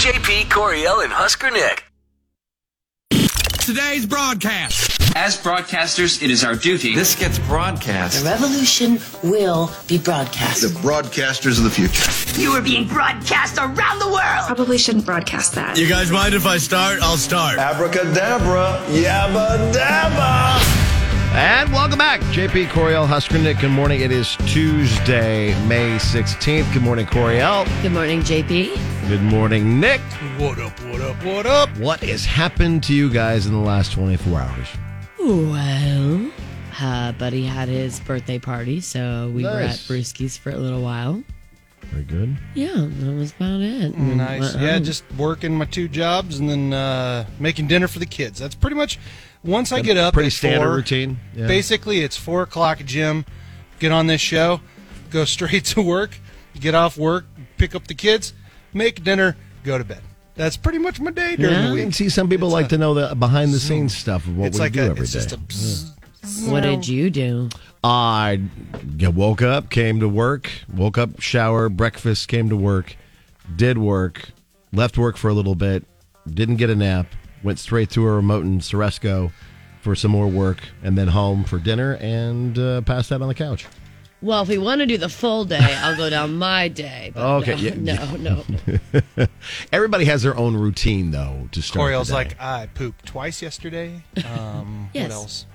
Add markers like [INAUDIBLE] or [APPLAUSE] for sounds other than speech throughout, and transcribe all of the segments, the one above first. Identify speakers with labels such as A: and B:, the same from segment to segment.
A: JP Coriel and Husker Nick.
B: Today's broadcast.
C: As broadcasters, it is our duty.
D: This gets broadcast.
E: The revolution will be broadcast.
F: The broadcasters of the future.
G: You are being broadcast around the world.
H: Probably shouldn't broadcast that.
B: You guys mind if I start? I'll start.
F: Abracadabra, yabba dabba.
I: And welcome back, JP Coriel Huskernick. Good morning. It is Tuesday, May 16th. Good morning, Coriel.
E: Good morning, JP.
I: Good morning, Nick.
B: What up, what up, what up?
I: What has happened to you guys in the last 24 hours?
E: Well, uh, Buddy had his birthday party, so we were at
I: Nice.
E: Brewski's for a little while.
I: Very good.
E: Yeah, that was about it.
J: Nice.
E: Uh,
J: Yeah, just working my two jobs and then uh, making dinner for the kids. That's pretty much once I get up.
I: pretty
J: at
I: standard
J: four,
I: routine, yeah.
J: Basically, it's four o'clock gym. Get on this show, go [LAUGHS] straight to work, get off work, pick up the kids, make dinner, go to bed. That's pretty much my day during
E: Yeah.
J: the
I: I
J: week.
I: can see some people like to know the behind the scenes stuff of what
J: it's
I: we
J: like
I: do
J: a,
I: every
J: it's
I: day.
J: just a. Psst.
E: What did you do?
I: I g- woke up, came to work, woke up, shower, breakfast, came to work, did work, left work for a little bit, didn't get a nap, went straight to a remote in Ceresco for some more work, and then home for dinner and uh, passed out on the couch.
E: Well, if we want to do the full day, I'll go down my day. But
I: Oh, Okay,
E: No,
I: yeah.
E: no,
I: [LAUGHS]
E: no.
I: Everybody has their own routine, though, to start.
J: Coriel's
I: the day.
J: like I pooped twice
I: [LAUGHS]
J: yesterday. Um,
E: Yes.
J: What else?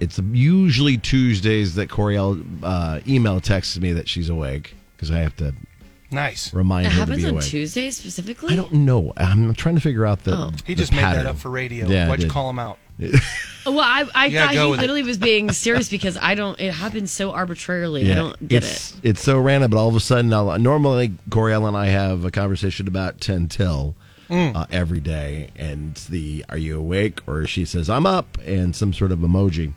I: it's usually Tuesdays that Coriel uh, email texts me that she's awake because I have to
J: Nice.
I: remind
E: It
I: her to be
E: happens on
I: awake.
E: Tuesdays specifically?
I: I don't know. I'm trying to figure out the.
E: Oh.
J: He
I: the
J: just made that
I: pattern.
J: up for radio.
I: Yeah, I
J: Why'd you
I: did.
J: call him out?
E: Well, I, I
J: Yeah,
E: thought
J: go
E: he
J: with it.
E: literally was
I: [LAUGHS]
E: being serious because I don't, it happens so arbitrarily. I don't get
I: it's,
E: it.
I: It's so random, but all of a sudden, I'll, normally Coriel and I have a conversation about 10 till
J: Mm.
I: uh, every day. And the are you awake? Or she says, I'm up, and some sort of emoji.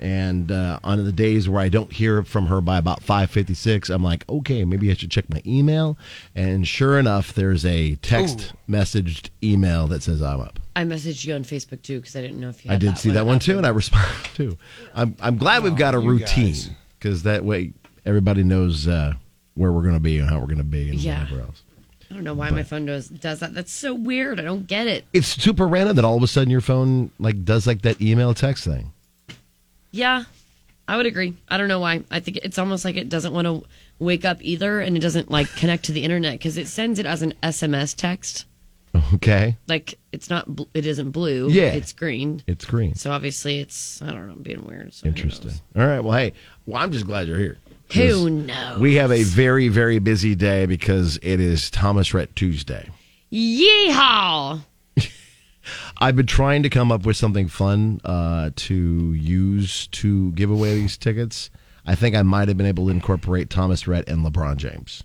I: And uh, on the days where I don't hear from her by about 5.56, I'm like, okay, maybe I should check my email. And sure enough, there's a text messaged email that says I'm up.
E: I messaged you on Facebook too because I didn't know if you
I: I
E: had
I: did see that one
E: up.
I: too, and I responded [LAUGHS] too. I'm I'm glad we've got a routine
J: guys.
I: because that way everybody knows uh, where we're going to be and how we're going to be and
E: Yeah.
I: whatever else.
E: I don't know why my phone does does that. That's so weird. I don't get it.
I: It's super random that all of a sudden your phone like does like that email text thing. [LAUGHS]
E: Yeah, I would agree. I don't know why. I think it's almost like it doesn't want to wake up either, and it doesn't like connect to the internet because it sends it as an SMS text.
I: Okay,
E: Like it's not. bl- It isn't blue.
I: Yeah.
E: it's green.
I: it's green.
E: So obviously, it's I don't know, being weird. So who
I: Interesting.
E: knows?
I: All right. Well, hey, well, I'm just glad you're here.
E: Who
I: 'Cause
E: knows?
I: We have a very very busy day because it is Thomas Rhett Tuesday.
E: Yeehaw!
I: I've been trying to come up with something fun uh, to use to give away these tickets. I think I might have been able to incorporate Thomas Rhett and LeBron James.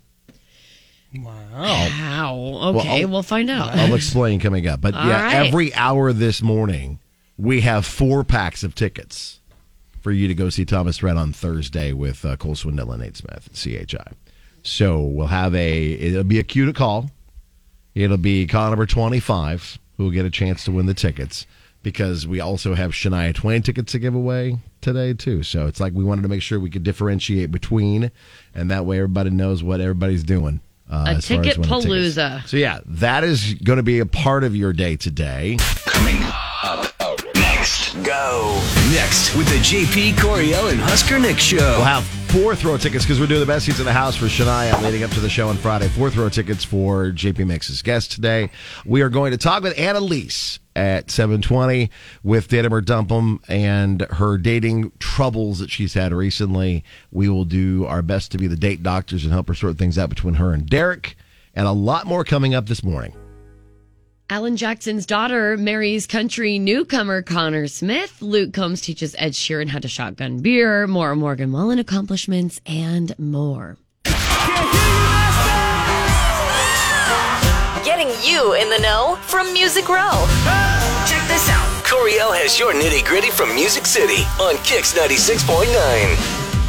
J: Wow.
E: How? Okay,
I: Oh. I'll-
E: we'll find out.
I: I'll explain coming up. But
E: All
I: yeah,
E: right.
I: every hour this morning, we have four packs of tickets for you to go see Thomas Rhett on Thursday with uh, Cole Swindell and Nate Smith at CHI. So we'll have a, it'll be a cue to call. It'll be call number 25 who will get a chance to win the tickets because we also have Shania Twain tickets to give away today, too. So it's like we wanted to make sure we could differentiate between, and that way everybody knows what everybody's doing. Uh,
E: A
I: as far as winning tickets.
E: ticketpalooza.
I: So, yeah, that is going to be a part of your day today.
A: Go. Next with the JP Coriel and Husker Nick show.
I: We'll have four throw tickets because we're doing the best seats in the house for Shania leading up to the show on Friday. Four throw tickets for JP Mix's guest today. We are going to talk with Annalise at 720 with Danimer Dumpum and her dating troubles that she's had recently. We will do our best to be the date doctors and help her sort things out between her and Derek. And a lot more coming up this morning.
E: Alan Jackson's daughter marries country newcomer Connor Smith. Luke Combs teaches Ed Sheeran how to shotgun beer, more Morgan Wallen accomplishments, and more.
G: Getting you in the know from Music Row. Check this out.
A: Coriel has your nitty gritty from Music City on Kix 96.9.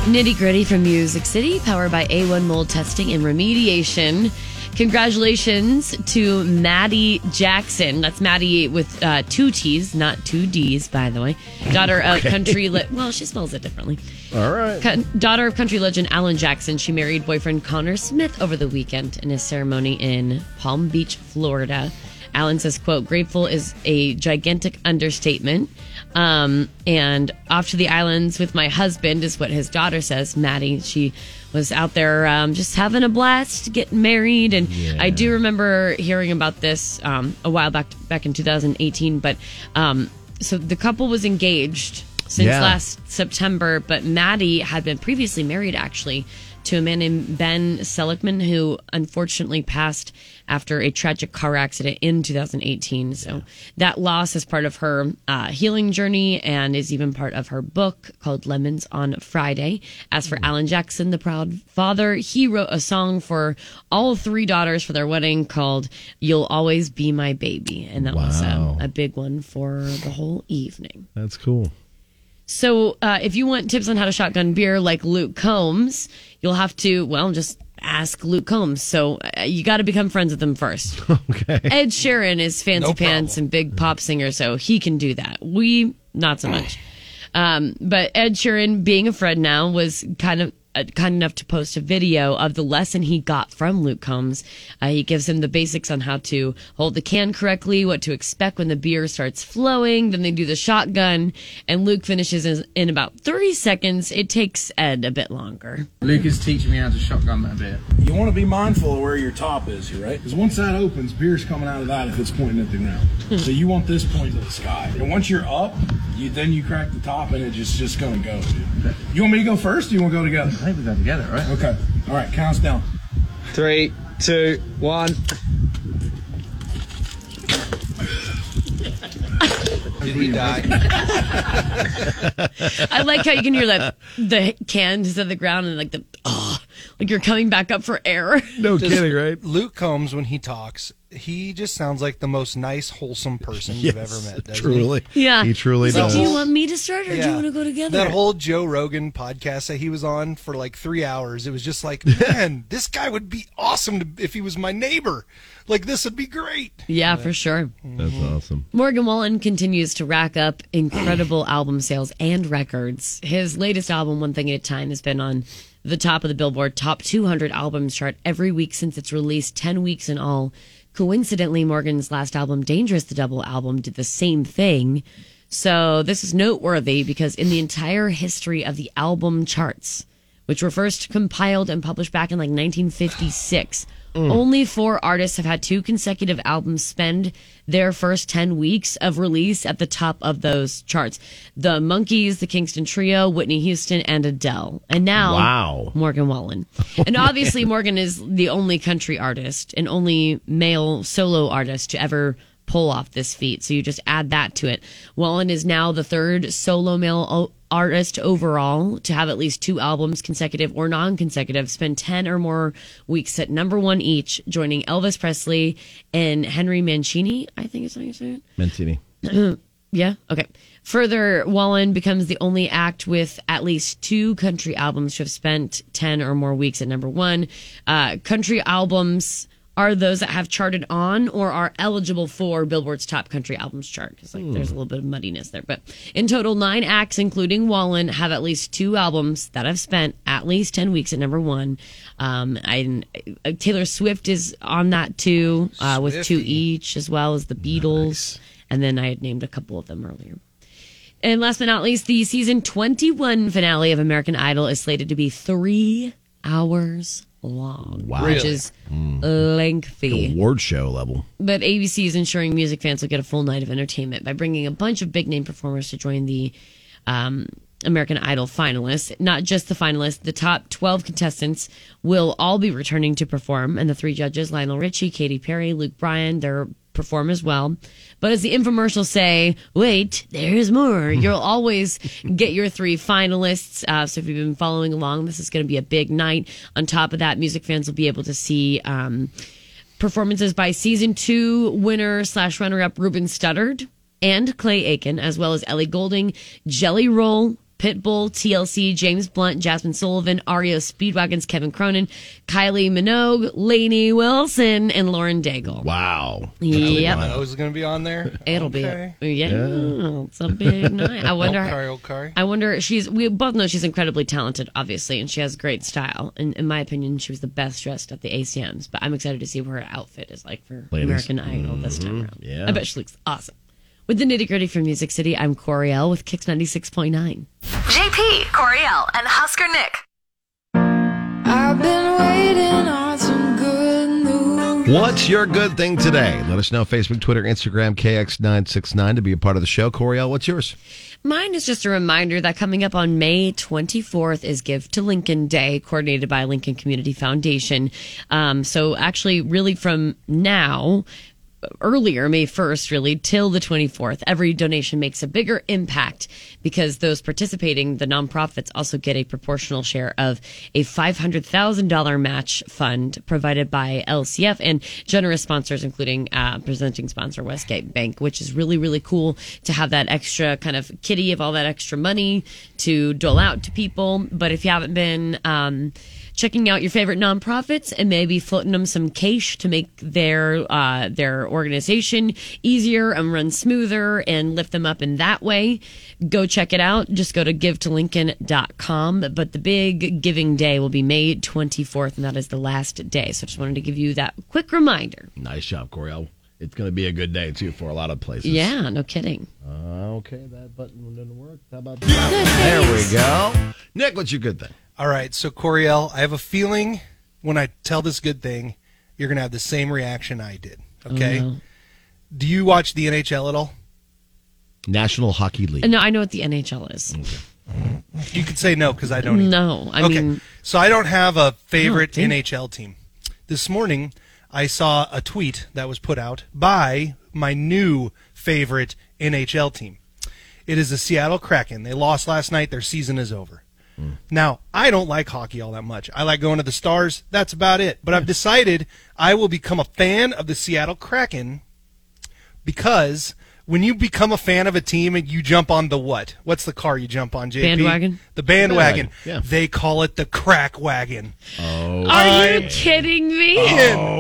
E: Nitty gritty from Music City, powered by A1 mold testing and remediation. Congratulations to Maddie Jackson. That's Maddie with uh, two T's, not two D's, by the way. Daughter of country. Le- well, she spells it differently.
I: All right.
E: Co- daughter of country legend Alan Jackson. She married boyfriend Connor Smith over the weekend in a ceremony in Palm Beach, Florida. Alan says, quote, grateful is a gigantic understatement. Um, and off to the islands with my husband is what his daughter says, Maddie. She was out there um, just having a blast, getting married. And I do remember hearing about this um, a while back, back in 2018. But um, so the couple was engaged since
I: Yeah.
E: last September, but Maddie had been previously married actually to a man named Ben Seligman who unfortunately passed after a tragic car accident in 2018. So that loss is part of her uh, healing journey and is even part of her book called Lemons on Friday. As for Alan Jackson, the proud father, he wrote a song for all three daughters for their wedding called You'll Always Be My Baby. And that was um,
I: Wow.
E: a big one for the whole evening.
I: That's cool.
E: So, uh, if you want tips on how to shotgun beer like Luke Combs, you'll have to, well, just ask Luke Combs. So, uh, you got to become friends with him first.
I: Okay.
E: Ed Sheeran is fancy pants and big pop singer, so he can do that. We, not so much. Um, but Ed Sheeran, being a friend now, was kind of. uh, Kind enough to post a video of the lesson he got from Luke Combs. Uh, he gives him the basics on how to hold the can correctly, what to expect when the beer starts flowing. Then they do the shotgun, and Luke finishes in, in about 30 seconds. It takes Ed a bit longer.
D: Luke is teaching me how to shotgun that bit.
H: You want to be mindful of where your top is here, right? Because once that opens, beer's coming out of that if it's pointing at the ground. so you want this pointing to the sky. And once you're up, you then you crack the top and it just just gonna go. Dude. You want me to go first? Or you want to go together? I think we go together, right? Okay. All right. Counts down.
D: Three, two, one.
J: Did he die?
E: I like how you can hear that the cans to the ground and like the oh, like you're coming back up for air.
I: No kidding, [LAUGHS] right?
J: Luke Combs, when he talks, he just sounds like the most nice, wholesome person you've ever met. doesn't he?
I: truly.
E: Yeah,
I: He truly
E: He's
I: does.
E: Like, do you want me to start or do
J: Yeah.
E: you want to go together?
J: That whole Joe Rogan podcast that he was on for like three hours, it was just like, man, this guy would be awesome to, if he was my neighbor. Like, this would be great.
E: yeah, for sure.
I: That's awesome.
E: Morgan Wallen continues to rack up incredible album sales and records. His latest album, One Thing at a Time, has been on the top of the Billboard Top 200 Albums chart every week since its release, 10 weeks in all. Coincidentally, Morgan's last album, Dangerous, the double album, did the same thing. So this is noteworthy because in the entire history of the album charts, which were first compiled and published back in like 1956. Only four artists have had two consecutive albums spend their first 10 weeks of release at the top of those charts the Monkees, the Kingston Trio, Whitney Houston, and Adele. And now,
I: Wow.
E: Morgan Wallen. and obviously, Morgan is the only country artist and only male solo artist to ever pull off this feat. So you just add that to it. Wallen is now the third solo male o- artist overall to have at least two albums consecutive or non consecutive, spend 10 or more weeks at number one each, joining Elvis Presley and Henry Mancini, I think is how you say it.
I: Mentini.
E: Yeah. Okay. Further, Wallen becomes the only act with at least two country albums to have spent 10 or more weeks at number one. Uh, country albums are those that have charted on or are eligible for Billboard's top country albums chart. Because like, there's a little bit of muddiness there. But in total, nine acts, including Wallen, have at least two albums that have spent at least 10 weeks at number one. Um, I, uh, Taylor Swift is on that too, uh, with two each, as well as the Beatles. And then I had named a couple of them earlier. And last but not least, the season 21 finale of American Idol is slated to be three hours long, which is lengthy.
I: Award show level.
E: But ABC is ensuring music fans will get a full night of entertainment by bringing a bunch of big name performers to join the um, American Idol finalists. Not just the finalists, the top 12 contestants will all be returning to perform, and the three judges, Lionel Richie, Katy Perry, Luke Bryan, they're perform as well. But as the infomercials say, wait, there's more. You'll always get your three finalists. Uh, so if you've been following along, this is going to be a big night. On top of that, music fans will be able to see. Um, performances by season two winner slash runner up Ruben Studdard and Clay Aiken, as well as Ellie Golding, Jelly Roll, Pitbull, TLC, James Blunt, Jasmine Sullivan, Ario Speedwagons, Kevin Cronin, Kylie Minogue, Lainey Wilson, and Lauren Daigle.
I: Wow.
E: Yep.
J: I was going to be on there.
E: It'll
J: Okay.
E: be yeah, It's a big night. I wonder.
J: Okay, okay.
E: I wonder. She's. We both know she's incredibly talented, obviously, and she has great style. And in my opinion, she was the best dressed at the ACMs. But I'm excited to see what her outfit is like for
I: Ladies. Mm-hmm.
E: American Idol this time around.
I: yeah.
E: I bet she looks awesome. With the nitty gritty from Music City, I'm Coriel with Kicks ninety six point nine.
G: JP, Coriel, and Husker Nick.
K: I've been waiting on some good news.
I: What's your good thing today? Let us know Facebook, Twitter, Instagram, KX969 to be a part of the show. Coriel, what's yours?
E: Mine is just a reminder that coming up on May 24th is Give to Lincoln Day, coordinated by Lincoln Community Foundation. Um, so, actually, really from now, earlier, May 1st, really, till the 24th, every donation makes a bigger impact because those participating, the nonprofits, also get a proportional share of a $500,000 match fund provided by LCF and generous sponsors, including uh, presenting sponsor Westgate Bank, which is really, really cool to have that extra kind of kitty of all that extra money to dole out to people. But if you haven't been, um, checking out your favorite nonprofits and maybe floating them some cash to make their uh, their organization easier and run smoother and lift them up in that way. Go check it out. Just go to givetolincoln.com. But the big giving day will be May 24th, and that is the last day. So just wanted to give you that quick reminder.
I: Nice job, Coriel. It's going to be a good day, too, for a lot of places.
E: Yeah, no kidding.
I: Uh, okay, that button didn't work. How about that? There we go. Nick, what's your good thing?
J: All right, so Coriel, I have a feeling when I tell this good thing, you're going to have the same reaction I did. Okay?
E: no.
J: Do you watch the NHL at all?
I: National Hockey League.
E: And no, I know what the NHL is.
J: You could say no because I don't. either.
E: No, I
J: okay,
E: mean, Oh,
J: so I don't have a favorite
E: damn.
J: NHL team. This morning, I saw a tweet that was put out by my new favorite NHL team. It is the Seattle Kraken. They lost last night. Their season is over.
E: Hmm.
J: Now, I don't like hockey all that much. I like going to the Stars. That's about it. But I've decided I will become a fan of the Seattle Kraken because when you become a fan of a team and you jump on the what? What's the car you jump on, JP?
E: Bandwagon?
J: The bandwagon.
I: Bandwagon, yeah.
J: They call it the crack wagon.
E: are you kidding me?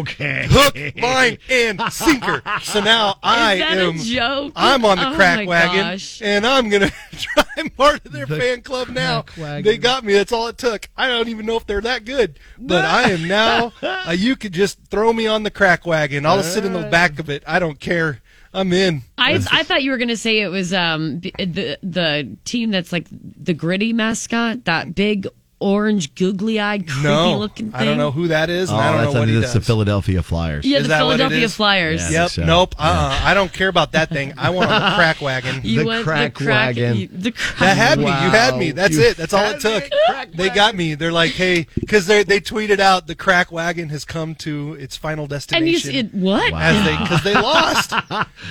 I: Okay.
E: [LAUGHS]
J: Hook, line, and sinker. So now I
E: is that
J: am.
E: a joke?
J: I'm on the
E: Oh my
J: crack wagon,
E: gosh.
J: and I'm gonna. [LAUGHS] I'm part of their fan club now. They got me. That's all it took. I don't even know if they're that good, but I am
E: [LAUGHS]
J: now. Uh, you could just throw me on the crack wagon. I'll sit in
E: Uh.
J: the back of it. I don't care. I'm in.
E: I, I thought you were going to say it was um b- the the team that's like the gritty mascot, that big orange googly eyed creepy
J: No,
E: looking thing.
J: I don't know who that is, and I don't
I: Oh, that's
J: know what he
I: that's the
J: does.
I: Philadelphia Flyers.
E: Yeah,
J: Is
E: the
J: that what it
E: Philadelphia
J: is?
E: Flyers.
I: Yeah.
J: Yep.
I: So,
J: nope. Uh. uh I don't care about that thing. I want on the crack wagon.
E: [LAUGHS] You
I: The
E: went
I: crack
E: the crack,
I: wagon.
E: you- the crack.
J: That had me. You had me.
I: Wow.
J: That's
I: You
J: it. That's all it
I: had me.
J: took. They got me. They're like, hey, because they they tweeted out the crack wagon has come to its final
E: and
J: destination.
E: you said what?
J: as they because they
I: [LAUGHS]
J: lost,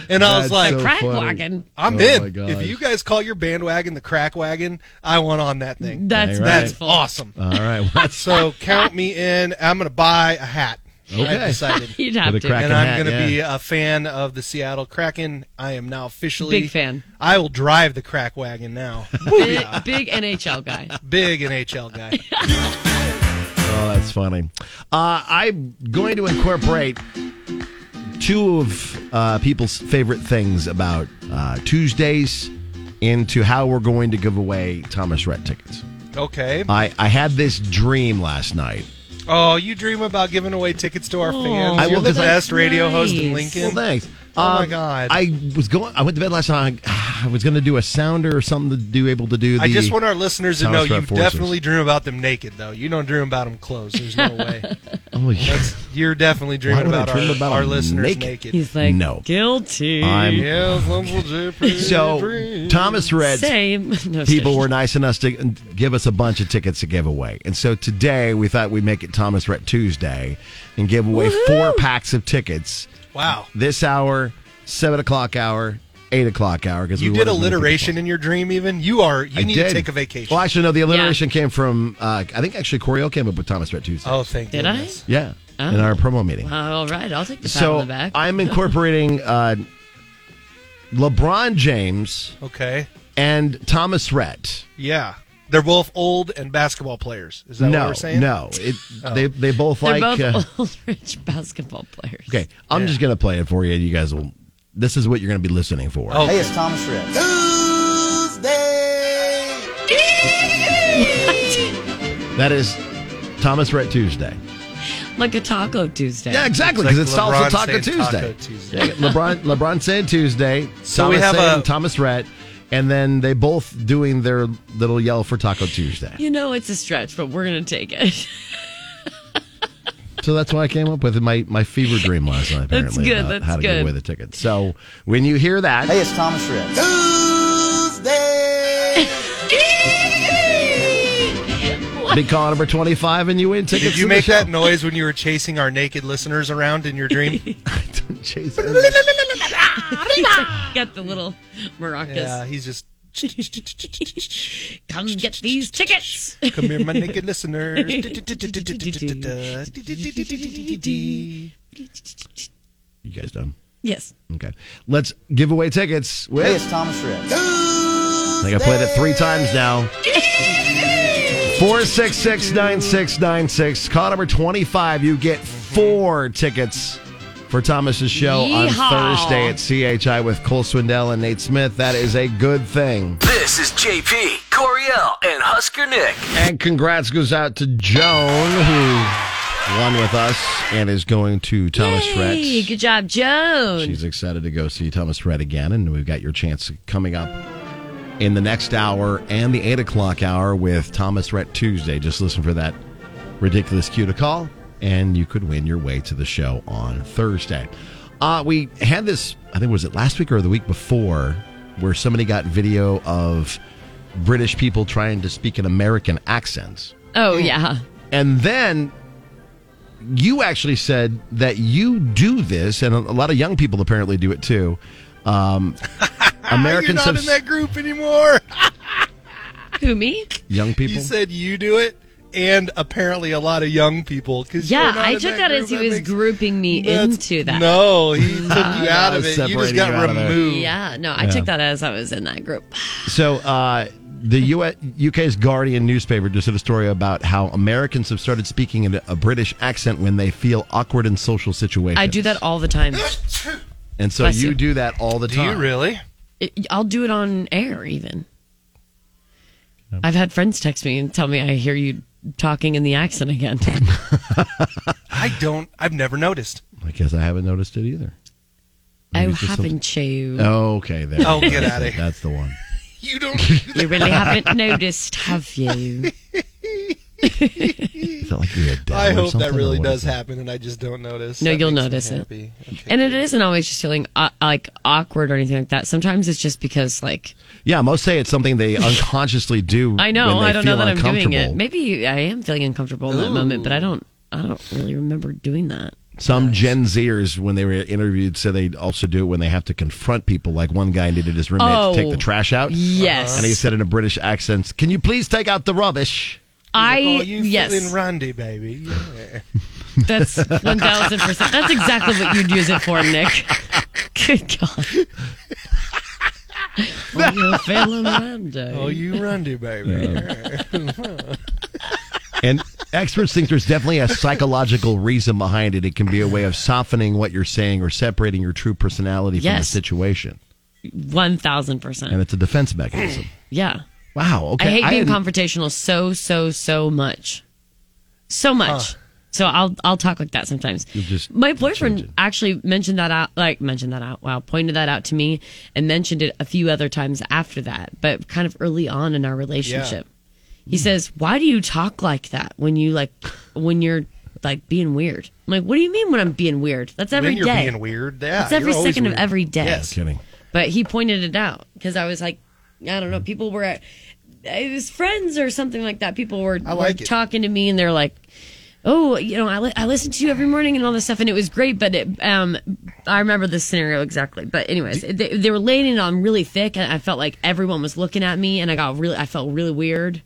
J: and I was
I: That's
J: like,
I: so
E: Crack
I: funny.
E: wagon.
J: I'm
I: Oh my
J: in.
I: gosh.
J: If you guys call your bandwagon the crack wagon, I want on that thing.
E: That's
I: Right.
J: That's
E: beautiful.
J: awesome.
I: All right. [LAUGHS] What's
J: So count me in. I'm gonna buy a hat.
I: Okay.
J: I decided.
E: [LAUGHS]
I: [LAUGHS]
E: You'd have
I: the
E: to.
I: crack-
J: and I'm
I: hat,
J: going to
I: yeah.
J: be a fan of the Seattle Kraken. I am now officially
E: Big fan.
J: I will drive the crack wagon now. [LAUGHS]
E: big, big NHL guy.
J: Big NHL
E: [LAUGHS]
J: guy.
I: Oh, that's funny. Uh, I'm going to incorporate two of uh, people's favorite things about uh, Tuesdays into how we're going to give away Thomas Rhett tickets.
J: Okay.
I: I, I had this dream last night.
J: Oh, you dream about giving away tickets to our fans.
I: Oh. I
J: You're
I: will,
J: the
I: 'cause I-
J: best radio host in
E: Nice.
I: Well,
J: Lincoln.
I: thanks.
J: Oh, my
I: Um,
J: God.
I: I was going. I went to bed last night. I was going to do a sounder or something to do able to do. The,
J: I just want our listeners to
I: Thomas
J: know
I: Rhett
J: you
I: Forces.
J: definitely dream about them naked, though. You don't dream about them clothed. There's no way.
I: [LAUGHS] Oh, yeah.
J: You're definitely dreaming
I: would I
J: about,
I: dream
J: our,
I: about
J: our
I: them
J: listeners
I: naked?
J: naked.
E: He's like
I: No.
E: guilty.
I: I'm-
J: Yes, Uncle Jeffrey
I: so
J: dreams.
I: Thomas Rhett's
E: Same. [LAUGHS] No,
I: people
E: seriously.
I: were nice enough to give us a bunch of tickets to give away. And so today we thought we'd make it Thomas Rhett Tuesday and give away four packs of tickets
J: wow.
I: this hour, seven o'clock hour, eight o'clock hour. Because
J: You did alliteration in your dream, even. You are. You
I: I
J: need
I: did.
J: to take a vacation.
I: Well, actually, no. The alliteration came from uh, I think actually Coriel came up with Thomas Rhett Tuesday.
J: oh, thank you.
E: Did I?
I: Yeah, in our promo meeting.
E: Uh, all right, I'll take the pat on
I: so
E: the
J: [LAUGHS]
E: back.
I: I'm incorporating uh, LeBron James
J: Okay.
I: and Thomas Rhett.
J: Yeah. They're both old and basketball players. Is that
I: no,
J: what we're saying?
I: No, it, they they both
E: They're [LAUGHS]
I: like. uh,
E: both old rich basketball players.
I: okay, I'm just gonna play it for you. You guys will. This is what you're gonna be listening for.
L: Hey, it's Thomas Rhett.
I: That is Thomas Rhett Tuesday.
E: [LAUGHS] like a Taco Tuesday.
I: Yeah, exactly. Because it's, also Taco Tuesday. Yeah, LeBron LeBron said Tuesday.
E: So
I: Thomas
E: we have
I: said
E: a-
I: Thomas Rhett, and then they both doing their little yell for Taco Tuesday.
E: You know it's a stretch, but we're gonna take it.
I: So that's why I came up with my my fever dream last night.
E: That's
I: Apparently,
E: good,
I: about
E: that's
I: how to give
E: good.
I: away the tickets. So when you hear that,
L: Hey, it's Thomas Rhett.
I: be call number twenty five, and you win tickets.
J: Did you
I: to the
J: make that
I: show.
J: noise when you were chasing our naked listeners around in your
I: [LAUGHS]
J: dream?
I: Chase
E: Got the little maracas.
J: Yeah, he's just.
E: [LAUGHS] Come get these tickets.
J: Come here, my naked listeners.
I: You guys done?
E: [LAUGHS] Yes.
I: Okay. Let's give away tickets with.
L: Hey, it's Thomas Rhett.
I: I think I played it three times now. Four six six nine six nine six. Call number twenty five. You get four tickets for Thomas's show
A: Yeehaw.
I: on Thursday at CHI with Cole Swindell and Nate Smith. That is a good thing.
A: This is JP, Coriel, and Husker Nick.
I: And congrats goes out to Joan who won with us and is going to Thomas Rhett.
E: Hey, good job, Joan.
I: She's excited to go see Thomas Red again, and we've got your chance coming up in the next hour and the eight o'clock hour with Thomas Rhett Tuesday. Just listen for that ridiculous cue to call, and you could win your way to the show on Thursday. Uh, we had this, I think, was it last week or the week before, where somebody got video of British people trying to speak an American accent.
E: Oh yeah.
I: And then you actually said that you do this, and a a lot of young people apparently do it too.
J: [LAUGHS]
I: Um, Americans
J: You're
I: have
J: not in that group anymore.
E: Who me?
I: young people.
J: You said you do it, and apparently a lot of young people. Cause
E: Yeah,
J: you're not
E: I
J: in
E: took that,
J: group.
E: as he was
J: [LAUGHS]
E: grouping me into that.
J: No,
E: [LAUGHS]
J: he took you out of it. You just
I: separating you
J: got
I: out of there.
J: removed.
E: Yeah, no, I
I: Yeah.
E: took that as I was in that group.
I: So uh, the US, UK's Guardian newspaper just did a story about how Americans have started speaking in a- a British accent when they feel awkward in social situations.
E: I do that all the time.
I: and so
E: Bless
I: you,
E: you.
I: do that all the time.
J: really?
E: It- I'll do it on air even. I've had friends text me and tell me I hear you talking in the accent
I: [LAUGHS]
E: again.
J: I don't. I've never noticed.
I: I guess I haven't noticed it either.
E: I
I: Maybe it's just
E: Oh,
I: something-
E: haven't you?
I: Oh, okay, there.
E: Oh,
I: you go.
E: get
I: That's
E: outta
I: it.
E: here.
I: That's the one.
J: [LAUGHS] You [LAUGHS] don't.
E: You really haven't noticed, have you?
I: Is that like you're a dad
J: I
I: or
J: hope that
I: something, or
J: really
I: what is
J: does
I: that?
J: happen, and I just don't notice.
E: No,
J: That
E: you'll
J: makes me
E: notice it.
J: happy.
E: And it isn't always just feeling uh, like awkward or anything like that. Sometimes it's just because like
I: Yeah, most say it's
E: [LAUGHS]
I: something they unconsciously do.
E: I know
I: when they
E: I don't know
I: feel
E: that I'm doing it.
I: uncomfortable.
E: Maybe I am feeling uncomfortable in that moment, but I don't I don't really remember doing that.
I: Some Gen Zers, when they were interviewed, said they also do it when they have to confront people. Like one guy needed his roommate
E: Oh,
I: to take the trash out.
E: yes.
I: And he said in a British accent, Can you please take out the rubbish?
E: I
J: Like, oh, you feeling
E: yes,
J: randy, baby? Yeah.
E: that's one thousand percent. That's exactly what you'd use it for, Nick. [LAUGHS] Good God. Well, you're feeling randy.
J: Oh,
E: [LAUGHS]
J: you randy, baby.
I: And experts think there's definitely a psychological reason behind it. It can be a way of softening what you're saying or separating your true personality from the
E: Yes.
I: situation.
E: One thousand percent.
I: And it's a defense mechanism.
E: Yeah.
I: Wow. Okay.
E: I hate being
I: hadn't-
E: confrontational so so so much, so much. So I'll I'll talk like that sometimes.
I: You just
E: My boyfriend actually mentioned that out, like mentioned that out. Wow, pointed that out to me and mentioned it a few other times after that, but kind of early on in our relationship. He says, "Why do you talk like that when you like when you're like being weird?" I'm like, "What do you mean when I'm being weird? That's every
J: when
E: day.
J: you're being weird. Yeah,
E: That's every
J: you're always
E: second of
J: weird.
E: every day."
J: Yes.
I: kidding.
E: But he pointed it out because I was like, I don't know, people were at it was friends or something like that. People were,
J: like
E: were
J: it.
E: talking to me and they're like, "Oh, you know, I, li- I listen to you every morning and all this stuff, and it was great." But it, um, I remember this scenario exactly. But anyways, they, they were laying it on really thick, and I felt like everyone was looking at me, and I got really, I felt really weird.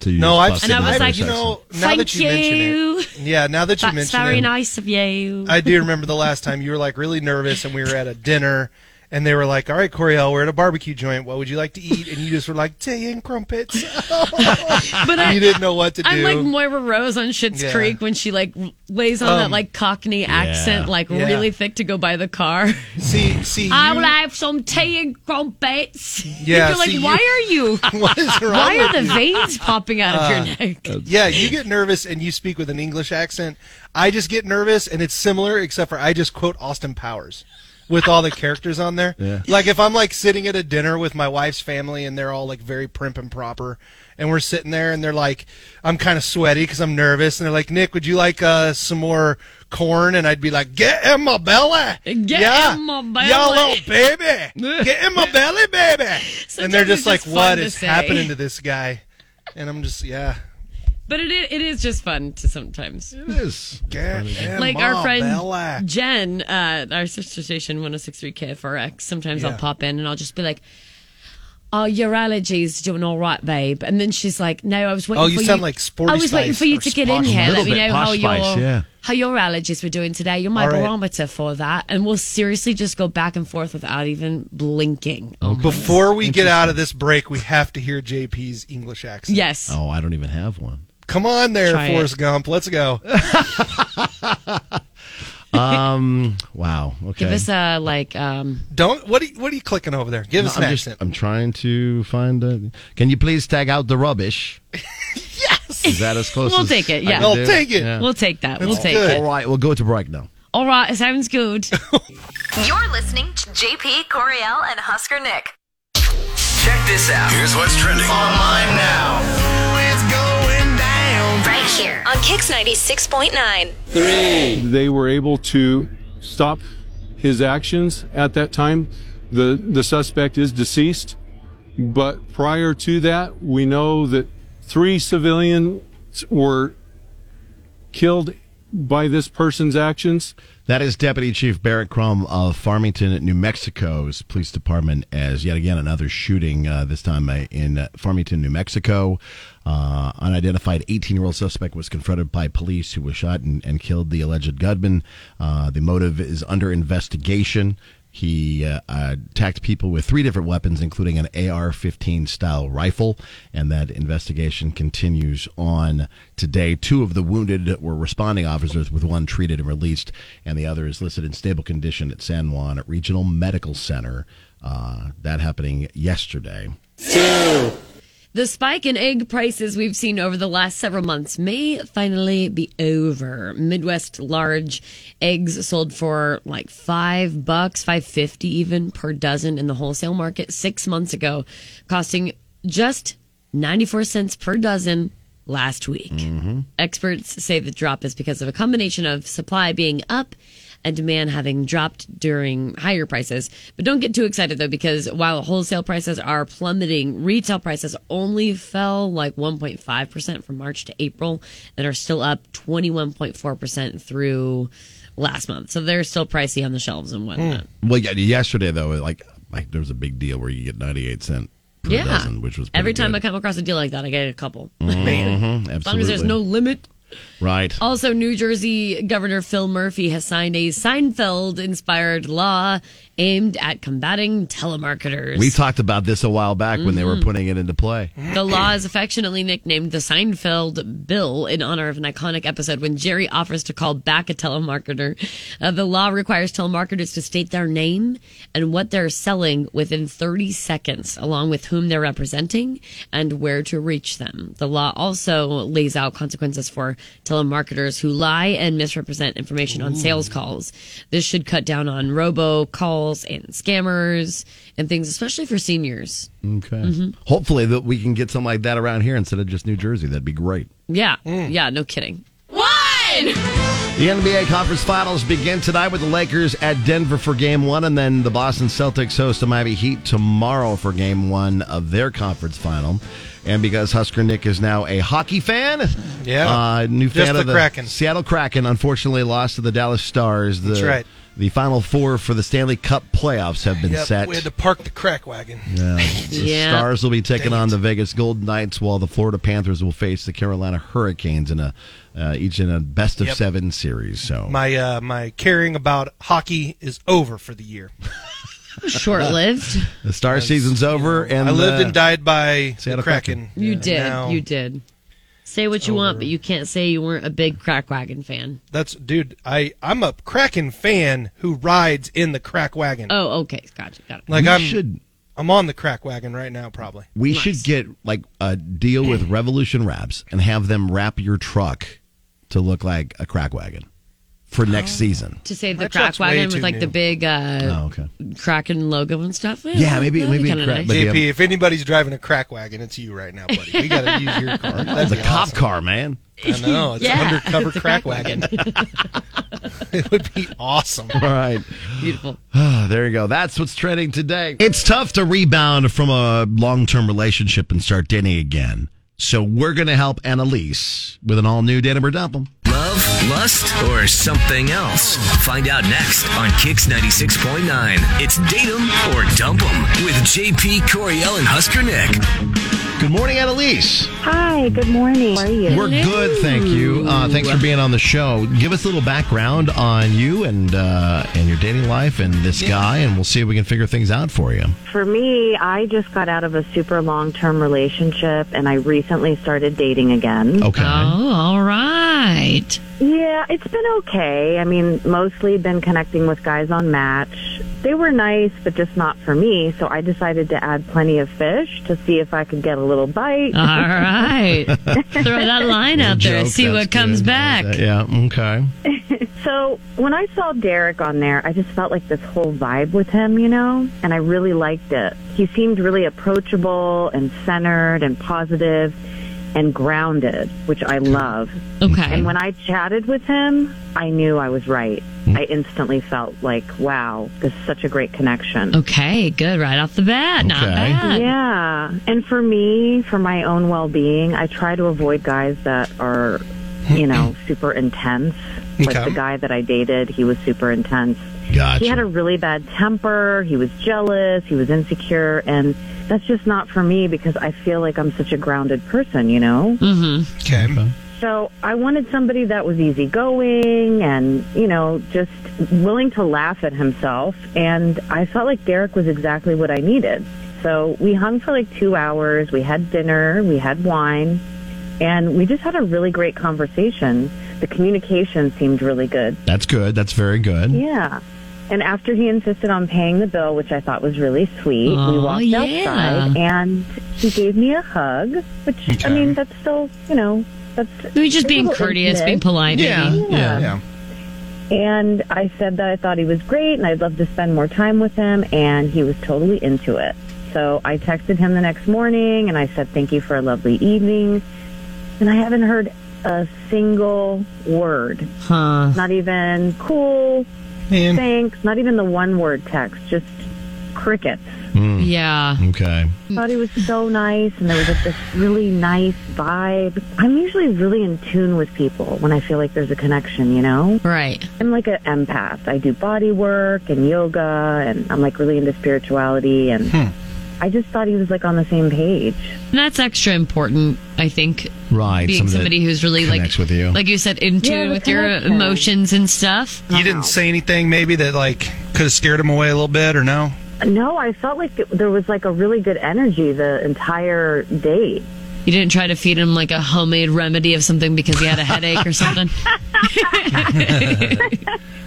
I: So you
J: No,
I: just
J: I've
I: busted
J: seen
I: the
J: that. you
I: British accent.
J: know, now
E: Thank
J: that you, mention it. Yeah, now that you
E: That's
J: mention
E: very
J: it. [LAUGHS]
E: nice of you.
J: I do remember the last time you were like really nervous and we were at a dinner And they were like, "All right, Coriel, we're at a barbecue joint. What would you like to eat?" And you just were like, "Tea and crumpets." [LAUGHS]
E: But I-
J: you didn't know what to do.
E: I'm like Moira Rose on Schitt's
J: Yeah.
E: Creek when she like lays on that
J: Um,
E: like Cockney accent, like
J: Yeah.
E: really thick to go by the car.
J: [LAUGHS] See, see,
E: I
J: you-
E: will have some tea and crumpets. [LAUGHS]
J: Yeah,
E: you're like,
J: see, you-
E: why
J: [LAUGHS]
E: are you?
J: What is wrong
E: why are the
J: with you?
E: veins popping out of
J: Uh,
E: your neck?
J: Yeah, you get nervous and you speak with an English accent. I just get nervous and it's similar, except for I just quote Austin Powers with all the characters on there.
I: Yeah.
J: Like if I'm like sitting at a dinner with my wife's family and they're all like very prim and proper, and we're sitting there and they're like, I'm kind of sweaty because I'm nervous, and they're like, Nick, would you like uh, some more corn? And I'd be like, Get in my belly,
E: Get
J: yeah,
E: in my belly."
J: y'all little baby,
E: [LAUGHS]
J: get in my belly, baby. and they're
E: Sometimes
J: just
E: it's
J: like,
E: just fun
J: What
E: to
J: is
E: say."
J: happening to this guy? And I'm just, yeah.
E: But it is, it is just fun to sometimes. It
I: is.
J: Yeah,
E: like our
J: Ma, [LAUGHS]
E: friend
J: Bella.
E: Jen, uh, our sister station 1063 KFRX, sometimes
J: Yeah.
E: I'll pop in and I'll just be like, Are your allergies doing all right, babe? And then she's like, No, I was waiting
J: Oh,
E: for
J: you
E: you.
J: sound like Sporty
E: I was waiting
J: Spice
E: for you
J: or
E: to get in
J: Posh
E: here.
J: Spice.
E: Let me
J: Little bit
E: know how
J: Posh Spice,
E: your
J: yeah.
E: how your allergies were doing today. You're my
J: All right.
E: barometer for that. And we'll seriously just go back and forth without even blinking. Oh,
J: Before we get out of this break, we have to hear JP's English accent.
E: Yes.
I: Oh, I don't even have one.
J: Come on there,
I: Try it.
J: Forrest Gump. Let's
E: [LAUGHS]
J: go.
I: Um. wow. Okay.
E: Give us a like um
J: Don't. What are you, what are you clicking over there? Give
I: No,
J: us an
I: I'm just-
J: accent.
I: I'm trying to find. A, can you please tag out the rubbish? yes. Is that as close?
E: We'll
I: as
E: take it,
I: I
E: yeah.
I: can
E: We'll
I: do?
E: take it.
I: Yeah.
E: We'll take that. That's We'll take good. it.
I: All right. We'll go to break now.
E: all right, sounds good.
G: You're listening to JP, Coriel, and Husker Nick.
A: Check this out. Here's what's trending online now. It's going down.
G: Right here on Kix 96.9.
M: They were able to stop his actions at that time. The, the suspect is deceased. But prior to that, we know that three civilians were killed by this person's actions.
I: That is Deputy Chief Barrett Crum of Farmington, New Mexico's police department, as yet again another shooting, uh, this time uh, in uh, Farmington, New Mexico. Uh, unidentified 18 year old suspect was confronted by police who was shot and, and killed the alleged gunman. Uh, the motive is under investigation. He uh, uh, attacked people with three different weapons, including an AR 15 style rifle, and that investigation continues on today. Two of the wounded were responding officers, with one treated and released, and the other is listed in stable condition at San Juan Regional Medical Center. Uh, that happening yesterday.
E: The spike in egg prices we've seen over the last several months may finally be over. Midwest large eggs sold for like five bucks, five fifty even per dozen in the wholesale market six months ago, costing just ninety four cents per dozen last week. Experts say the drop is because of a combination of supply being up and demand having dropped during higher prices. But don't get too excited though, because while wholesale prices are plummeting, retail prices only fell like 1.5% from March to April and are still up 21.4% through last month. So they're still pricey on the shelves and whatnot.
I: Well, yeah, yesterday though, like like there was a big deal where you get 98 cent per
E: yeah.
I: dozen, which was pretty
E: Every time
I: good.
E: I come across a deal like that, I get a couple.
I: Mhm,
E: As long as there's
I: absolutely.
E: no limit
I: right.
E: Also, New Jersey Governor Phil Murphy has signed a Seinfeld inspired law aimed at combating telemarketers.
I: We talked about this a while back when they were
E: Mhm.
I: putting it into play.
E: the law is affectionately nicknamed the Seinfeld Bill in honor of an iconic episode when Jerry offers to call back a telemarketer. Uh, the law requires telemarketers to state their name and what they're selling within 30 seconds, along with whom they're representing and where to reach them. The law also lays out consequences for telemarketers who lie and misrepresent information on
N: Ooh.
E: sales calls. This should cut down on robo calls and scammers and things, especially for seniors.
I: Okay.
E: Mhm.
I: Hopefully that we can get something like that around here instead of just New Jersey. That'd be great.
E: Yeah, yeah, no kidding.
I: The NBA Conference Finals begin tonight with the Lakers at Denver for Game One, and then the Boston Celtics host the Miami Heat tomorrow for Game One of their Conference Final. And because Husker Nick is now a hockey fan,
J: Yeah.
I: uh, new
J: Just
I: fan
J: the
I: of the
J: Kraken.
I: Seattle Kraken, unfortunately lost to the Dallas Stars. The,
J: That's right.
I: The Final Four for the Stanley Cup playoffs have been
J: Yep,
I: set.
J: We had to park the crack wagon.
I: Yeah. The
J: Yeah.
I: Stars will be taking
J: Dang
I: on the Vegas Golden Knights, while the Florida Panthers will face the Carolina Hurricanes in a uh, each in a best of
J: Yep.
I: seven series. So
J: My uh, my caring about hockey is over for the year.
E: Short lived.
O: The star season's over, and uh,
J: I lived
I: uh,
O: the-
J: and died by
O: Seattle
J: the Kraken.
E: You did.
J: Now-
E: You did. Say what you want, but you can't say you weren't a big crack wagon fan.
J: That's dude. I I'm a Kraken fan who rides in the crack wagon.
E: Oh, okay, gotcha, got it.
J: Like
O: We
J: I'm
O: should-
J: I'm on the crack wagon right now, probably.
O: We should get like a deal with Revolution Wraps and have them wrap your truck to look like a crack wagon for next
J: Oh.
O: season.
E: To say
J: My
E: the
J: truck's
E: crack
J: way
E: wagon
J: too
E: with like the
J: new.
E: big uh,
O: Oh, okay.
E: Kraken logo and stuff.
O: Yeah, maybe-
E: that'd be
O: maybe
E: kinda
O: crack-
E: nice.
O: but yeah.
J: JP, if anybody's driving a crack wagon, it's you right now, buddy. We
I: [LAUGHS]
J: gotta use your car.
O: That's a cop car, man.
J: I know it's
E: Yeah,
J: an undercover
E: [LAUGHS] it's a
J: crack,
E: crack
J: wagon. [LAUGHS]
E: [LAUGHS]
J: it would be awesome.
O: All right.
E: Beautiful.
O: Ah, there you go. That's what's trending today. It's tough to rebound from a long term relationship and start dating again. So we're going to help Annalise with an all new Datum or Dump 'Em.
A: Love, lust, or something else? Find out next on Kix 96.9. It's Date 'em or Dump 'em with JP Coriel and Husker Nick.
O: Good morning, Annalise.
I: Hi, good morning. How are you?
O: We're good, thank you. Uh, thanks for being on the show. Give us a little background on you and uh, and your dating life and this guy, and we'll see if we can figure things out for you.
I: For me, I just got out of a super long term relationship Um, and I recently started dating again.
O: Okay.
E: Oh, all right.
I: Yeah, it's been okay. I mean, mostly been connecting with guys on Match. They were nice, but just not for me, so I decided to add plenty of fish to see if I could get a little bite.
E: All right. Throw that line out there and
I: Joke,
E: see
I: that's
E: what comes back.
O: Yeah. Okay.
I: [LAUGHS] so when I saw Derek on there, I just felt like this whole vibe with him, you know, and I really liked it. He seemed really approachable and centered and positive and grounded, which I love.
E: Okay.
I: And when I chatted with him, I knew I was right. I instantly felt like, wow, this is such a great connection.
E: Okay, good. Right off the bat. Not bad.
I: Yeah. And for me, for my own well being, I try to avoid guys that are, you know, super intense. Like
J: Okay.
I: the guy that I dated, he was super intense.
O: Gotcha.
I: He had a really bad temper. He was jealous. He was insecure. And that's just not for me because I feel like I'm such a grounded person, you know?
E: Mm-hmm.
J: Okay.
I: So I wanted somebody that was easygoing and, you know, just willing to laugh at himself. And I felt like Derek was exactly what I needed. So we hung for like two hours. We had dinner. We had wine. And we just had a really great conversation. The communication seemed really good.
O: That's good. That's very good.
I: Yeah. And after he insisted on paying the bill, which I thought was really sweet, we
O: Aw,
I: walked
O: yeah.
I: outside and he gave me a hug, which, I mean, that's still, you know, that's.
E: Maybe just being courteous, being polite. maybe. Uh-huh.
I: And I said that I thought he was great and I'd love to spend more time with him, and he was totally into it. So I texted him the next morning and I said, Thank you for a lovely evening. And I haven't heard a single word.
E: Huh.
I: Not even cool, thanks, not even the one word text, just crickets.
E: Yeah.
O: Okay.
I: Thought he was so nice, and there was just this really nice vibe. I'm usually really in tune with people when I feel like there's a connection, you know?
E: Right.
I: I'm like an empath. I do body work and yoga, and I'm like really into spirituality, and I just thought he was like on the same page.
E: And that's extra important, I think.
O: Right.
E: Being somebody who's really like,
O: connects with you.
E: like you said, in tune
I: the
E: with your emotions and stuff.
J: You didn't say anything maybe that like could have scared him away a little bit or no?
I: No, I felt like it, there was like a really good energy the entire date.
E: You didn't try to feed him like a homemade remedy of something because he had a headache or
I: [LAUGHS]
E: something.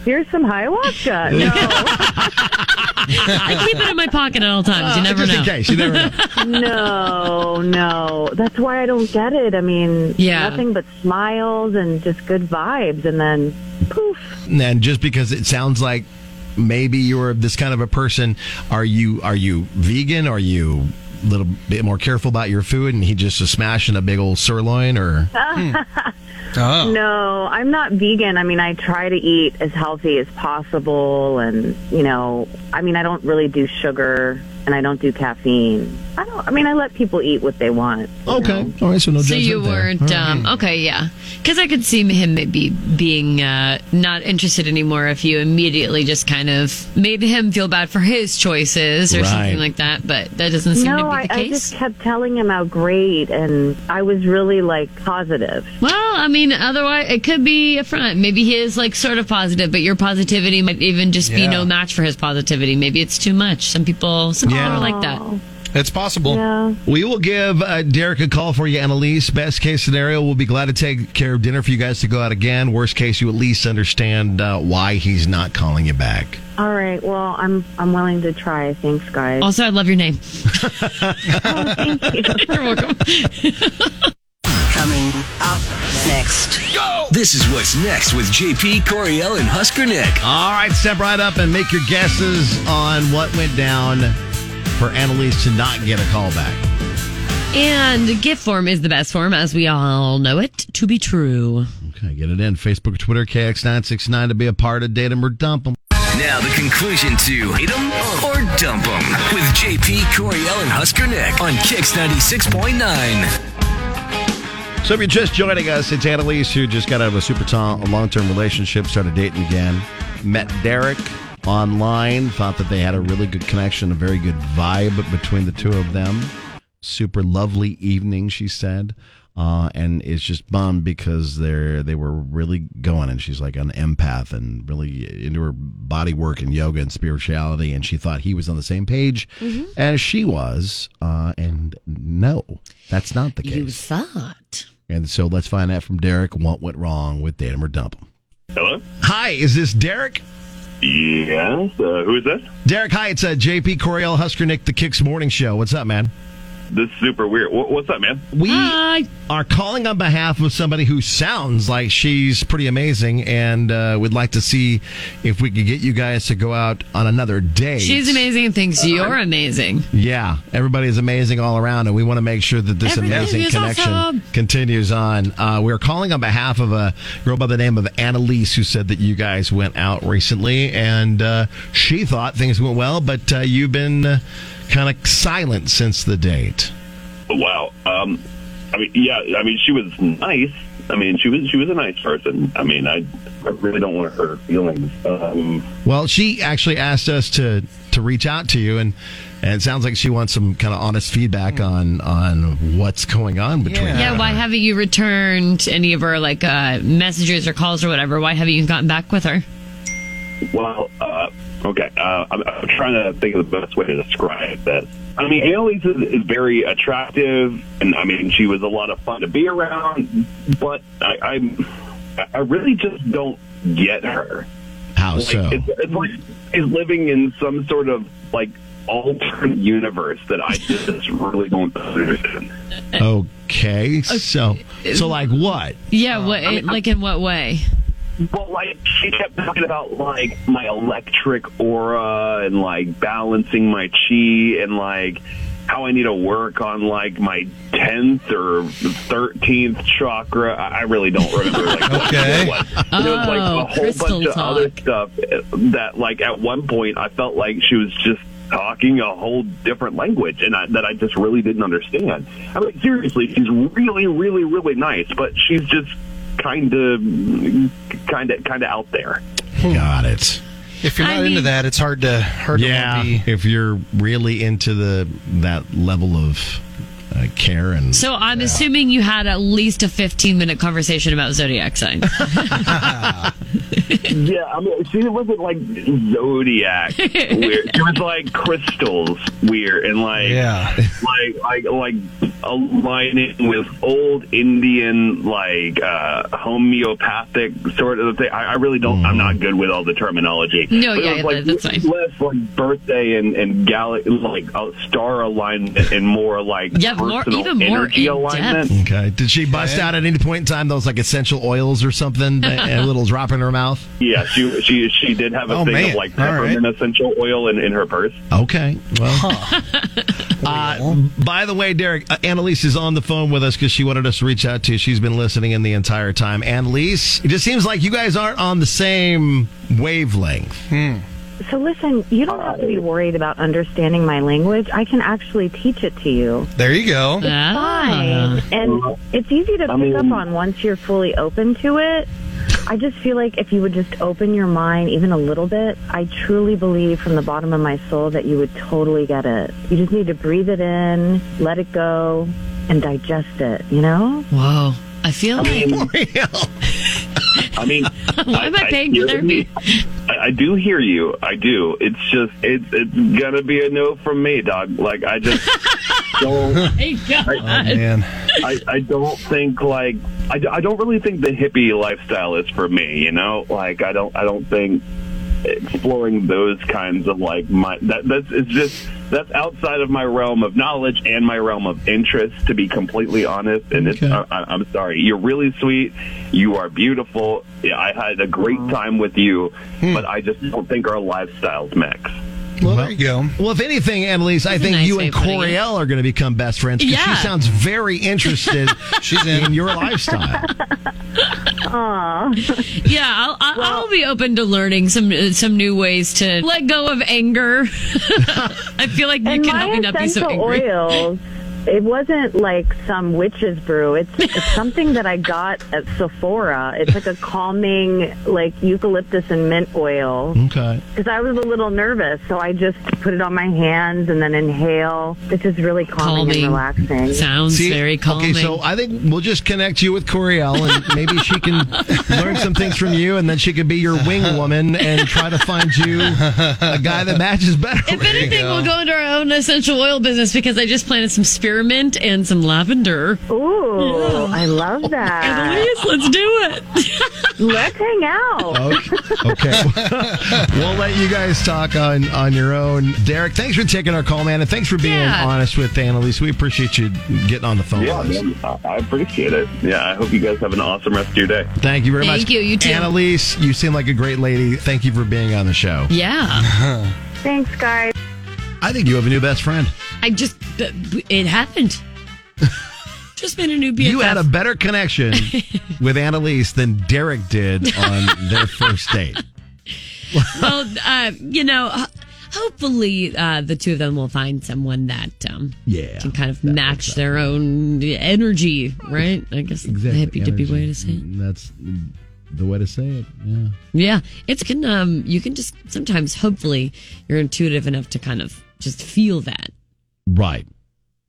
I: Here's some [LAUGHS] ayahuasca. No.
E: I keep it in my pocket at all times. You never
I: Uh, just
E: know.
I: in case, you never know. no, no. That's why I don't get it. I mean,
E: Yeah.
I: nothing but smiles and just good vibes, and then poof.
O: And just because it sounds like maybe you're this kind of a person, are you are you vegan? Are you a little bit more careful about your food? And he just is smashing a big old sirloin,
I: [LAUGHS]
O: or
E: Hmm. Oh.
I: No, I'm not vegan. I mean, I try to eat as healthy as possible, and you know, I mean, I don't really do sugar, and I don't do caffeine. I don't. I mean, I let people eat what they want.
O: okay, all right, so no.
E: so you
O: judgment there.
E: weren't
O: All right.
E: um okay yeah because i could see him maybe being uh not interested anymore if you immediately just kind of made him feel bad for his choices or
I: Right.
E: something like that but that doesn't seem
I: no,
E: to be
I: I,
E: the
I: I
E: case
I: just kept telling him how great, and I was really like positive.
E: well I mean, otherwise it could be a front. Maybe he is like sort of positive, but your positivity might even just be
P: Yeah.
E: no match for his positivity. Maybe it's too much. Some people, some people
I: Yeah.
E: are like that.
I: It's possible.
E: Yeah.
I: We will give uh, Derek a call for you, Annalise. Best case scenario, we'll be glad to take care of dinner for you guys to go out again. Worst case, you at least understand uh, why he's not calling you back.
N: All right. Well, I'm I'm willing to try. Thanks, guys.
E: Also, I love your
I: [LAUGHS]
E: name.
I: Oh,
E: [LAUGHS]
A: Coming up next. Go! This is what's next with JP Coriel and Husker Nick.
I: All right, step right up and make your guesses on what went down for Annalise to not get a call back.
E: And gift form is the best form, as we all know it to be true.
I: Okay, get it in. Facebook, Twitter, KX969 to be a part of Datum or Dump 'Em.
A: Now the conclusion to hit 'em or dump 'em with JP Coriel and Husker Nick on Kix 96.9.
I: So if you're just joining us, it's Annalise who just got out of a super ta- a long-term relationship, started dating again, met Derek online, thought that they had a really good connection, a very good vibe between the two of them. Super lovely evening, she said, uh, and is just bummed because they're they were really going, and she's like an empath and really into her body work and yoga and spirituality, and she thought he was on the same page
E: Mhm.
I: as she was, uh, and no, that's not the case.
E: You thought.
I: And so let's find out from Derek what went wrong with Datum or Dump 'em.
Q: Hello?
I: Hi, is this Derek?
Q: Yes. Uh, who is this?
I: Derek, hi, it's uh, JP Coriel Husker Nick, the Kicks Morning Show. What's up, man?
Q: This is super weird. Wha what's up, man?
I: We
E: Ah,
I: are calling on behalf of somebody who sounds like she's pretty amazing, and uh, we'd like to see if we could get you guys to go out on another date.
E: She's amazing and thinks you're amazing.
I: Yeah, everybody is amazing all around, and we want to make sure that this
E: Everybody
I: amazing
E: is
I: connection
E: awesome.
I: continues on. Uh, we're calling on behalf of a girl by the name of Annalise, who said that you guys went out recently, and uh, she thought things went well, but uh, you've been uh, kind of silent since the date.
Q: Wow. Um, I mean, yeah. I mean, she was nice. I mean, she was she was a nice person. I mean, I, I really don't want to hurt her feelings. Um,
I: Well, she actually asked us to to reach out to you, and and it sounds like she wants some kind of honest feedback on on what's going on between.
E: Mm. Yeah.
I: you.
E: why haven't you returned any of her like uh, messages or calls or whatever? Why haven't you gotten back with her?
Q: well, uh, okay. Uh, I'm, I'm trying to think of the best way to describe this. I mean, Annalise is, is very attractive, and I mean, she was a lot of fun to be around. But I, I'm, I really just don't get her.
I: How
Q: like,
I: so?
Q: It's, it's like she's living in some sort of like alternate universe that I just really don't understand.
I: Okay, so so like what?
E: Yeah,
I: Oh.
E: what, like in what way?
Q: Well, like she kept talking about like my electric aura and like balancing my chi and like how I need to work on like my tenth or thirteenth chakra. I I really don't remember. Like, okay. It was, It was, like
E: Oh,
Q: a whole
E: crystal
Q: bunch of other stuff that like at one point I felt like she was just talking a whole different language and I, that I just really didn't understand. I mean, seriously, she's really, really, really nice, but she's just kind of, kind of, kind of out there.
I: Got it.
J: If you're not into that, it's hard to hard
I: yeah,
J: to want
I: if you're really into the that level of uh, care and
E: So I'm assuming you had at least a 15 minute conversation about zodiac
N: [LAUGHS]
E: signs.
Q: yeah, I mean, she wasn't like zodiac weird. She was like crystals weird and like, like, like, like aligning with old Indian like uh, homeopathic sort of thing. I, I really don't. I'm not good with all the terminology.
E: No,
Q: But it
E: yeah,
Q: was,
E: yeah,
Q: like,
E: that's fine.
Q: Less like birthday and and gal- like uh, star alignment and more like
E: Yeah, more-
Q: personal
E: even more
Q: energy
E: in
Q: alignment.
I: [LAUGHS] Okay. Did she bust out at any point in time those like essential oils or something? a a little drop in her mouth.
Q: Yeah, she she she did have a
I: Oh,
Q: thing
I: man.
Q: of like
I: All right.
Q: peppermint essential oil in, in her purse.
I: Okay. Well. Uh, by the way, Derek, uh, Annalise is on the phone with us because she wanted us to reach out to you. She's been listening in the entire time. Annalise, it just seems like you guys aren't on the same wavelength.
J: Hmm.
N: So listen, you don't have to be worried about understanding my language. I can actually teach it to you.
J: There you
I: [LAUGHS]
J: go.
E: Ah,
N: Fine. And it's easy to pick up on once you're fully open to it. I just feel like if you would just open your mind even a little bit, I truly believe from the bottom of my soul that you would totally get it. You just need to breathe it in, let it go, and digest it, you know?
E: Wow. I feel
Q: I
E: like.
Q: mean-
J: Oh,
Q: I mean,
E: [LAUGHS] Why am I paying for
Q: hear
E: therapy?
Q: you. I, I do hear you. I do. It's just it's it's gonna be a no from me, dog. Like I just don't.
E: God.
Q: I, I don't think like I, d- I don't really think the hippie lifestyle is for me. You know, like I don't I don't think exploring those kinds of like my that that's it's just that's outside of my realm of knowledge and my realm of interest to be completely honest and it's I, I- i'm sorry you're really sweet you are beautiful yeah, i had a great time with you but i just don't think our lifestyles mix
I: Well, there you go. Well, if anything, Annalise, I
Q: That's a
I: think
Q: nice
I: you
Q: way
I: and
Q: of putting it.
I: Coriel are going to become best friends because
Q: Yeah.
I: she sounds
Q: [LAUGHS]
I: very interested She's in. your lifestyle.
N: Aww.
E: Yeah, I'll, I'll, I'll be open to learning some uh, some new ways to let go of anger. [LAUGHS] I feel like you
N: and
E: can
N: my
E: help me not be so
N: essential
E: angry.
N: oils. It wasn't like some witch's brew. It's, it's
E: [LAUGHS]
N: something that I got at Sephora. It's like a calming, like eucalyptus and mint oil.
I: Okay.
N: Because I was a little nervous, so I just put it on my hands and then inhale. It's just really calming, and relaxing.
I: See, Okay, so I think we'll just connect you with Coriel, and maybe she
J: [LAUGHS]
I: can learn some things from you, and then she could be your wing woman and try to find you a guy that matches better.
E: If anything, we'll go into our own essential oil business because I just planted some spearmint and some lavender.
N: Ooh, I love that.
E: Annalise, let's do
N: [LAUGHS]
E: it.
N: Let's hang out.
I: Okay. [LAUGHS] we'll let you guys talk on, on your own. Derek, thanks for taking our call, man, and thanks for being
Q: Yeah.
I: honest with Annalise. We appreciate you getting on the phone
Q: yeah
I: with us.
Q: man, I- i appreciate it yeah i hope you guys have an awesome rest of your day
I: Thank you very
Q: Thank
I: much.
Q: you. You too.
I: Annalise, you seem like a great lady. Thank you for being on the show.
E: Yeah.
N: Thanks, guys.
I: I think you have a new best friend.
E: I just, b- b- it
I: [LAUGHS]
E: happened. just made a new BFF.
I: You had a
E: [LAUGHS]
I: better connection with Annalise than Derek did on their first date.
E: well, uh, you know, ho- hopefully uh, the two of them will find someone that um,
I: yeah
E: can kind of match their own energy, right? I guess exactly. the hippy dippy
I: Energy. Mm,
E: way to say it.
I: That's the way to say it. Yeah.
E: Yeah, it's can um you can just sometimes hopefully you're intuitive enough to kind of just feel that
I: Right.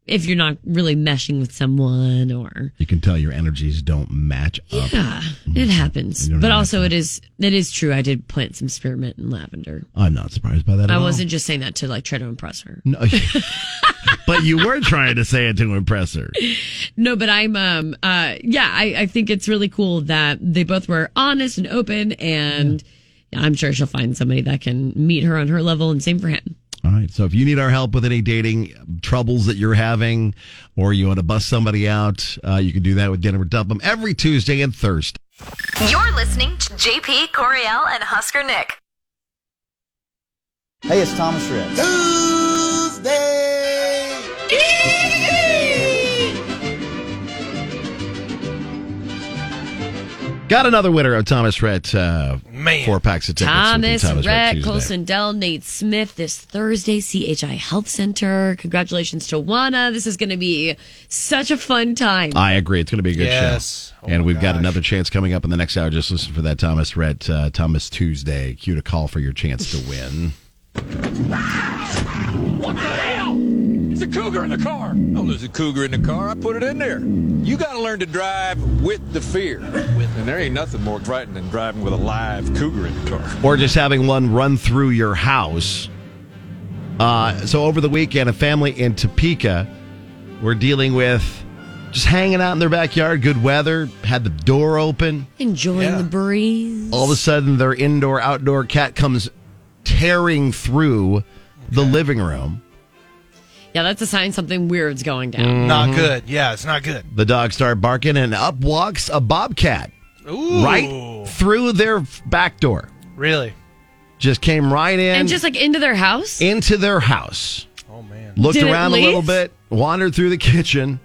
E: if you're not really meshing with someone or
I: You can tell your energies don't match up.
E: yeah, it happens.
I: You don't
E: But
I: have
E: also it is it is true I did plant some spearmint and lavender.
I: I'm not surprised by that at
E: I
I: all.
E: wasn't just saying that to like try to impress her.
I: No. [LAUGHS] but you were trying to say it to impress her.
E: No, but I'm um uh yeah, I, I think it's really cool that they both were honest and open and I'm sure she'll find somebody that can meet her on her level and same for him.
I: All right. So if you need our help with any dating troubles that you're having, or you want to bust somebody out, uh, you can do that with Dinner with Dumpum every Tuesday and Thursday.
G: You're listening to JP, Coriel, and Husker Nick.
L: Hey, it's Thomas Ritz.
I: Got another winner of Thomas Rhett. Uh,
E: Man.
I: Four packs of tickets. with the
E: Thomas, Rhett,
I: Tuesday.
E: Colson Dell, Nate Smith this Thursday, CHI Health Center. Congratulations to Juana. This is going to be such a fun time.
I: I agree. It's going to be a good
J: Yes.
I: show. and we've got another chance coming up in the next hour. Just listen for that Thomas Rhett, uh, Thomas Tuesday. Cue to call for your chance to win.
B: What the hell? It's a cougar in the car. Oh, there's a cougar in the car. I put it in there. You got to learn to drive with the fear. And there ain't nothing more frightening than driving with a live cougar in the car.
I: or just having one run through your house. Uh, so over the weekend, a family in Topeka were dealing with just hanging out in their backyard, good weather, had the door open.
E: Enjoying the breeze.
I: All of a sudden, their indoor outdoor cat comes tearing through the living room.
E: Yeah, that's a sign something weird's going down.
I: Mhm.
J: Not good. Yeah, it's not good.
I: The dogs start barking, and up walks a bobcat right through their back door.
J: Really?
I: Just came right in.
E: And, just like into their house?
I: into their house. Oh man! Looked
E: Did it
I: around a little
E: leave?
I: bit, wandered through the kitchen,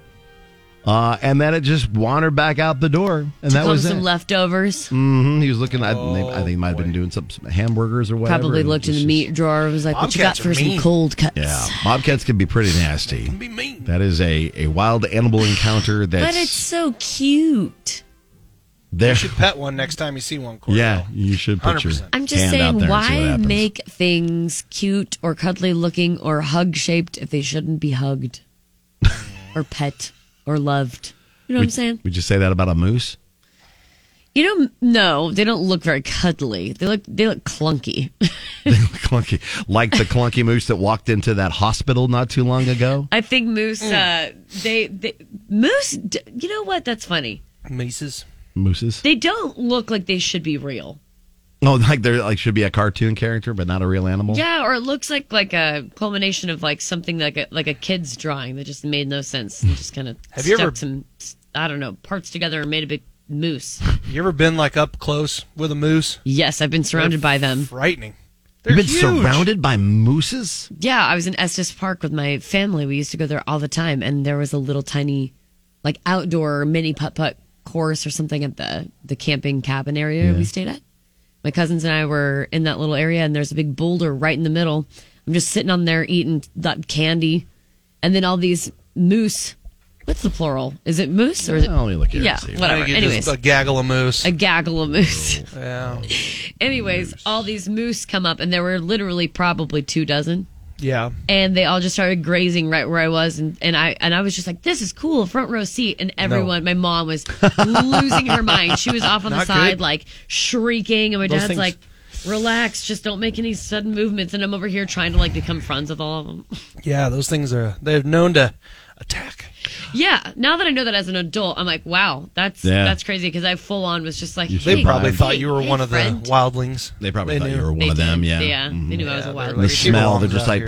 I: uh, and then it just wandered back out the door, and
E: To
I: that was
E: come
I: it.
E: some leftovers.
I: hmm He was looking. I, they- I think he might have been doing some, some hamburgers or whatever.
E: Probably
I: and
E: looked in
I: just-
E: the meat drawer. Was like, what you got
I: Bobcats are
E: for some
I: mean.
E: cold cuts?
I: Yeah, bobcats can be pretty nasty. Can be mean. That is a, a wild animal encounter.
E: But
I: That's
E: it's so cute.
I: there.
J: You should pet one next time you see one. Corey.
I: yeah, you should put your.
J: 100%.
E: I'm just
I: hand
E: saying,
I: out there and see what
E: why
I: happens.
E: make things cute or cuddly looking or hug shaped if they shouldn't be hugged or pet or loved? You know what I'm saying?
I: Would you say that about a moose? [LAUGHS]
E: You know, no, they don't look very cuddly. They look they look clunky. [LAUGHS]
I: clunky, like the clunky moose that walked into that hospital not too long ago.
E: I think moose. Uh, they, they moose. d- You know what? That's funny.
J: Mooses.
I: Mooses.
E: They don't look like they should be real.
I: Oh, [LAUGHS] like they're like should be a cartoon character, but not a real animal.
E: Yeah, or it looks like like a culmination of like something like a like a kid's drawing that just made no sense and just kind of
J: Have
E: stuck
J: you ever-
E: some I don't know parts together and made a big moose.
J: You ever been like up close with a moose?
E: Yes, I've been surrounded by them.
J: Frightening.
I: You've been
E: huge.
I: surrounded by mooses.
E: Yeah, I was in Estes Park with my family. We used to go there all the time, and there was a little tiny, like outdoor mini putt putt course or something at the the camping cabin area
P: Yeah.
E: we stayed at. My cousins and I were in that little area, and there's a big boulder right in the middle. I'm just sitting on there eating that candy, and then all these moose. What's the plural? Is it moose or is it?
I: Let me look here and
E: Yeah,
I: see.
E: whatever.
J: I think it's
E: Anyways,
J: just a gaggle of moose.
E: a gaggle of moose. [LAUGHS]
J: Yeah.
E: Anyways, all these moose come up, and there were literally probably two dozen
J: Yeah.
E: and they all just started grazing right where I was, and, and I and I was just like, "This is cool, front row seat." And everyone, my mom was losing her mind. She was off on the
P: Not
E: side,
P: good.
E: like shrieking, and my
P: Those
E: dad's
P: things-
E: like, "Relax, just don't make any sudden movements." And I'm over here trying to like become friends with all of them.
J: Yeah, those things are they've known to
E: [LAUGHS] yeah, now that I know that as an adult, I'm like, "Wow, that's
J: Yeah.
E: that's crazy," because I full on was just like,
J: they
E: "Hey,
J: probably
E: hey,
J: thought you were
E: hey,
J: one of the
E: friend."
J: wildlings.
I: They probably thought
J: knew.
I: you were one of them. Yeah. Mm.
E: Yeah, they knew I was a wild.
I: the
E: card.
I: smell. They're just like,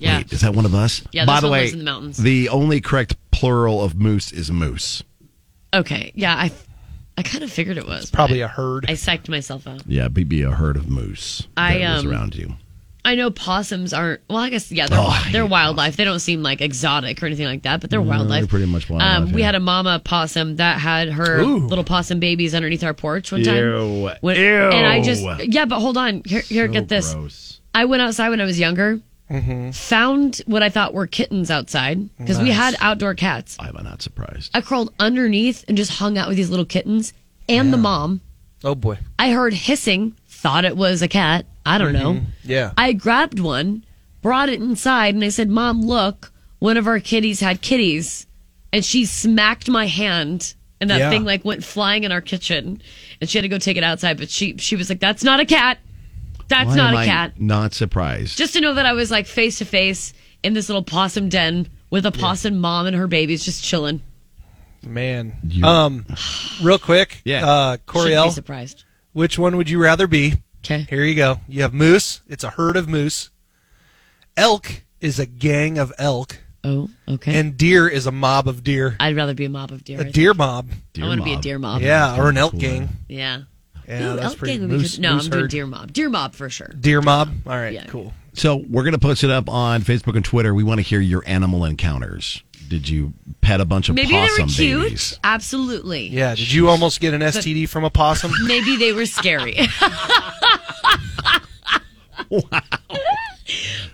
E: Yeah.
I: wait, is that one of us?
E: Yeah,
I: By
E: this
I: the
E: one
I: way,
E: lives in the mountains.
I: the only correct plural of moose is moose.
E: Okay, yeah, I, I kind of figured it was but
I: probably
E: I-
I: a herd.
E: I psyched myself out.
I: Yeah, be, be a herd of moose
E: I,
I: that was
E: um,
I: around you.
E: I know possums aren't. Well, I guess yeah,
I: Oh,
E: they're they're wildlife. They don't seem like exotic or anything like that, but they're
I: No,
E: wildlife.
I: they're pretty much wildlife,
E: Um, we
I: yeah.
E: had a mama possum that had her
I: Ooh.
E: little possum babies underneath our porch one time.
I: Ew.
E: When-
I: Ew.
E: And I just yeah, but hold on. Here, here
I: So
E: get this. I went outside when I was younger.
I: Mm-hmm.
E: Found what I thought were kittens outside because we
I: Nice.
E: had outdoor cats.
I: I'm not surprised.
E: I crawled underneath and just hung out with these little kittens and the mom.
J: Oh boy.
E: I heard hissing, thought it was a cat. I don't know.
J: Mhm. Yeah.
E: I grabbed one, brought it inside, and I said, Mom, look, one of our kitties had kitties. And she smacked my hand and that
P: Yeah.
E: thing like went flying in our kitchen and she had to go take it outside, but she she was like, That's not a cat. That's
I: Why
E: not
I: am
E: a
I: I
E: cat.
I: Not surprised.
E: Just to know that I was like face to face in this little possum den with a possum mom and her babies just chilling.
J: Man. Um real quick.
E: Yeah.
J: Uh
E: Shouldn't be
J: Coriel.
E: surprised.
J: Which one would you rather be?
E: Okay.
J: Here you go. You have moose. It's a herd of moose. Elk is a gang of elk.
E: Oh, okay.
J: And deer is a mob of deer.
E: I'd rather be a mob of deer. I
J: A
E: think.
J: deer mob.
E: I want to be a deer mob.
J: Yeah, or an elk gang.
E: Yeah.
J: Yeah,
E: Ooh,
J: that's
E: elk
J: pretty-
E: gang would be
J: moose-
E: good. No,
J: moose
E: I'm doing
J: herd.
E: deer mob. Deer mob for sure.
J: Deer mob. All right, cool.
I: So we're going to post it up on Facebook and Twitter. We want to hear your animal encounters. Did you pet a bunch of
E: Maybe they
I: possum
E: were cute.
I: babies?
E: Absolutely.
J: Yeah, did you almost get an STD from a
E: [LAUGHS]
J: possum?
E: Maybe they were
I: [LAUGHS]
E: scary.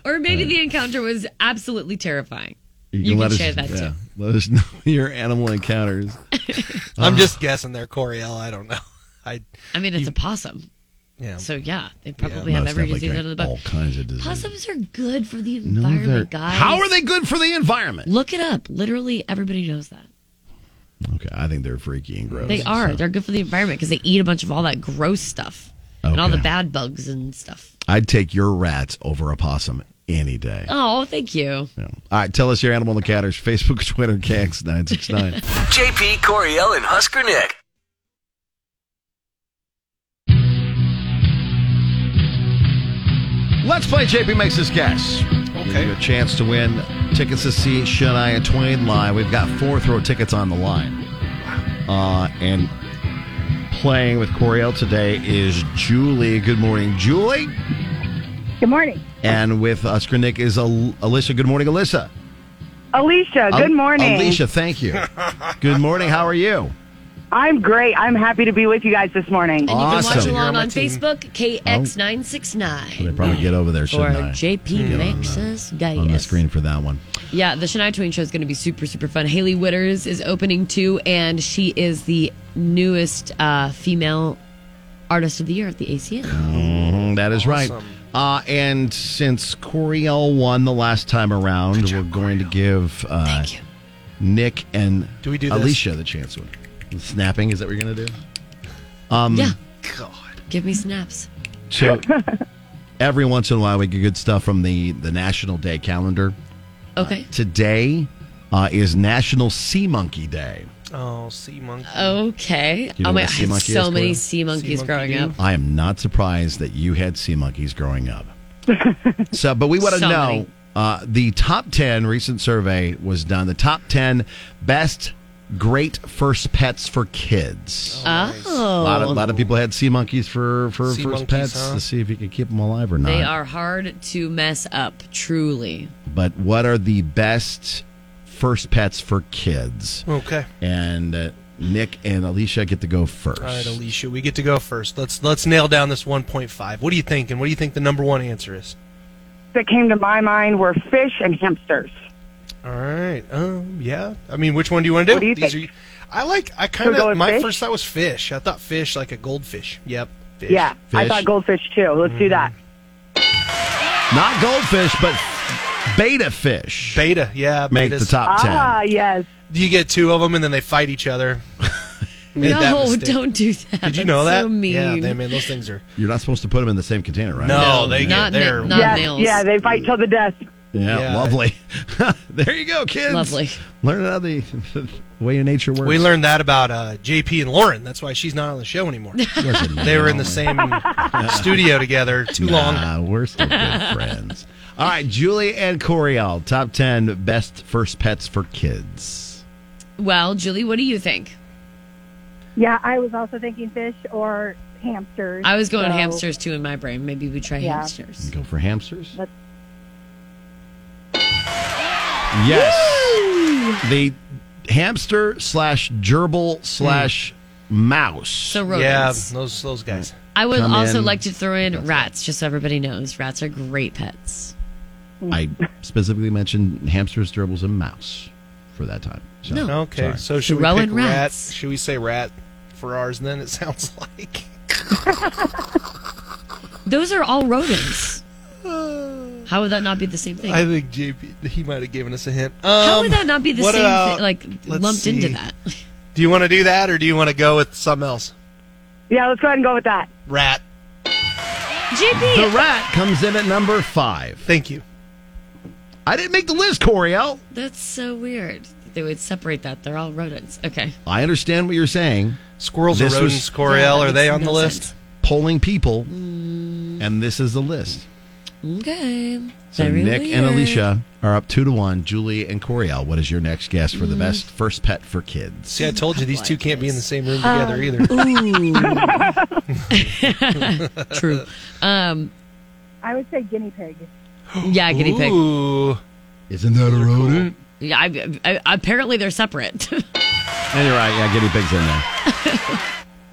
E: Or maybe the encounter was absolutely terrifying. You can share that,
I: yeah, Let us [LAUGHS] know your animal encounters.
J: I'm
E: Uh-huh.
J: just guessing they're Coriel. I don't know. [LAUGHS] I
E: I mean, it's a possum.
J: Yeah.
E: So yeah, they
J: Yeah.
E: probably have
I: Most
E: every
I: definitely
E: disease
I: carry
E: under the book.
I: all kinds of diseases.
E: Possums are good for the
I: No, they're-
E: environment, guys.
I: How are they good for the environment?
E: Look it up. Literally, everybody knows that.
I: Okay, I think they're freaky and gross.
E: They are. They're good for the environment because they eat a bunch of all that gross stuff and all the
I: Okay.
E: bad bugs and stuff.
I: I'd take your rats over a possum any day.
E: Oh, thank you.
I: All right, tell us your animal encounters. Facebook, Twitter, KX nine six nine.
A: JP Coriel and Husker Nick.
I: Let's play JP Makes His Guess. Okay. a chance to win tickets to see Shania Twain live. We've got fourth row tickets on the line. Uh, and playing with Coriel today is Julie. Good morning, Julie.
R: Good morning.
I: And with us, Nick is Al- Alicia. Good morning, Alyssa.
R: Alicia,
I: Al-
R: good morning.
I: Alicia, thank you. Good morning. How are you?
R: I'm great. I'm happy to be with you guys this morning.
I: And you can watch Awesome.
E: Along on
R: team.
E: Facebook, KX969.
I: Should I probably get over there,
E: Or
I: shouldn't I?
E: JP
I: Get on,
E: makes us
I: the- on the
E: guys.
I: screen for that one.
E: Yeah, the Shania Twain show is going to be super, super fun. Haley Witters is opening too, and she is the newest uh, female artist of the year at the ACM.
I: Mhm, that is right. Uh, and since Coriel won the last time around, we're going to give uh, Nick and
J: Do we do this?
I: Alicia the chance one. Snapping, is that what you're going to do? Um,
E: yeah. God. Give me snaps.
I: So every once in a while, we get good stuff from the, the National Day calendar.
E: Okay.
I: Today uh, is National Sea Monkey Day.
J: Oh, sea monkey.
E: Uh, Okay.
I: You know
E: oh
I: what
E: my,
I: a
E: I
I: sea
E: had
I: monkey
E: so
I: is,
E: many
I: Cora?
E: sea monkeys
J: monkey
E: growing
J: do?
E: up.
I: I am not surprised that you had sea monkeys growing
E: [LAUGHS]
I: up. so, but we want to
E: So
I: know
E: many.
I: uh, the top 10 recent survey was done, the top 10 best great first pets for kids.
E: Oh.
I: A lot, of, lot of people had sea monkeys for, for
E: Sea
I: first
E: monkeys,
I: pets
E: huh?
I: to see if you could keep them alive or not.
E: They are hard to mess up, truly.
I: But what are the best first pets for kids?
J: Okay.
I: And uh, Nick and Alicia get to go first.
J: All right, Alicia, we get to go first. Let's let's nail down this 1.5. What do you think? And what do you think the number one answer is?
R: that came to my mind were fish and hamsters.
J: All right. Um. Yeah. I mean, which one do you want to do?
R: What do you
J: These
R: think?
J: Are, I like. I kind
R: Should we go
J: of.
R: with
J: My
R: fish?
J: first thought was fish. I thought fish like a goldfish. Yep. Fish.
R: Yeah, I thought goldfish too. Let's do that.
I: Not goldfish, but beta fish.
J: Beta. Yeah.
I: Make
J: betas.
I: the top 10.
R: Ah, yes.
J: You get two of them, and then they fight each [LAUGHS] other. Made that
E: No,
J: mistake.
E: don't do that.
J: Did you know
E: That's
J: that?
E: So mean.
J: Yeah, they, man, those things are.
I: You're not supposed to put them in the same container, right?
J: No, they
E: not
J: get there.
E: ma- not
R: Yes,
E: males.
R: yeah, they fight till the death.
I: Yeah,
J: Yeah.
I: lovely. [LAUGHS] there you go, kids.
E: Lovely.
I: Learn how the way in nature works.
J: We
I: [LAUGHS]
J: learned that about uh, JP and Lauren. That's why she's not on the show
E: [LAUGHS]
J: anymore. they were in the same studio together too long.
I: Nah, we're still good friends. All right, Julie and Coriel, top 10 best first pets for kids.
E: Well, Julie, what do you think?
P: Yeah, I was also thinking fish or hamsters.
E: I was going
P: so-
E: hamsters too in my brain. Maybe we try
P: Yeah.
E: hamsters.
I: Go for hamsters?
P: Let's-
I: Yes. The hamster slash gerbil slash mouse. So
J: Yeah, those those guys.
E: I would
I: Come
E: also
I: in.
E: like to throw in rats, just so everybody knows. Rats are great pets.
I: I specifically mentioned hamsters, gerbils, and mouse for that time. So,
J: Okay.
I: sorry.
J: So should
E: Rowan
J: we pick rat?
E: Oh. rats.
J: Should we say rat for ours? Then it sounds [LAUGHS] like
E: Those are
J: [SIGHS]
E: all rodents. How would that not be the same thing?
J: I think JP he might have given us a hint.
E: How would
J: Um,
E: that not be the
J: what
E: same
J: about-
E: thing? Like
J: let's
E: lumped into
R: [LAUGHS]
J: see.
E: that.
J: Do you want to do that, or do you want to go with something else?
R: Yeah, let's go ahead and go with that.
J: Rat.
E: JP.
I: The rat comes in at number five.
J: Thank you.
I: I didn't make the list, Coriel.
E: That's so weird. that They would separate that. They're all rodents. Okay.
I: I understand what you're saying.
J: Squirrels
I: This
J: are rodents.
I: was
J: Coriel,
E: Yeah, that
J: are they
E: makes
J: on the
E: no
J: list?
E: sense.
I: polling people, and this is the list.
E: Okay.
I: So
E: Very
I: Nick
E: weird.
I: and Alicia are up two to one. Julie and Coriel, what is your next guess for the best first pet for kids?
J: See, I told you these two can't be in the same room together
E: Um,
J: either.
E: Ooh. True. Um,
P: I would say guinea pig.
E: [GASPS] yeah, guinea pig.
J: Ooh.
I: Isn't that a rodent?
E: Yeah, I, I, apparently they're separate. [LAUGHS]
I: And you're right. Yeah, guinea pig's in there.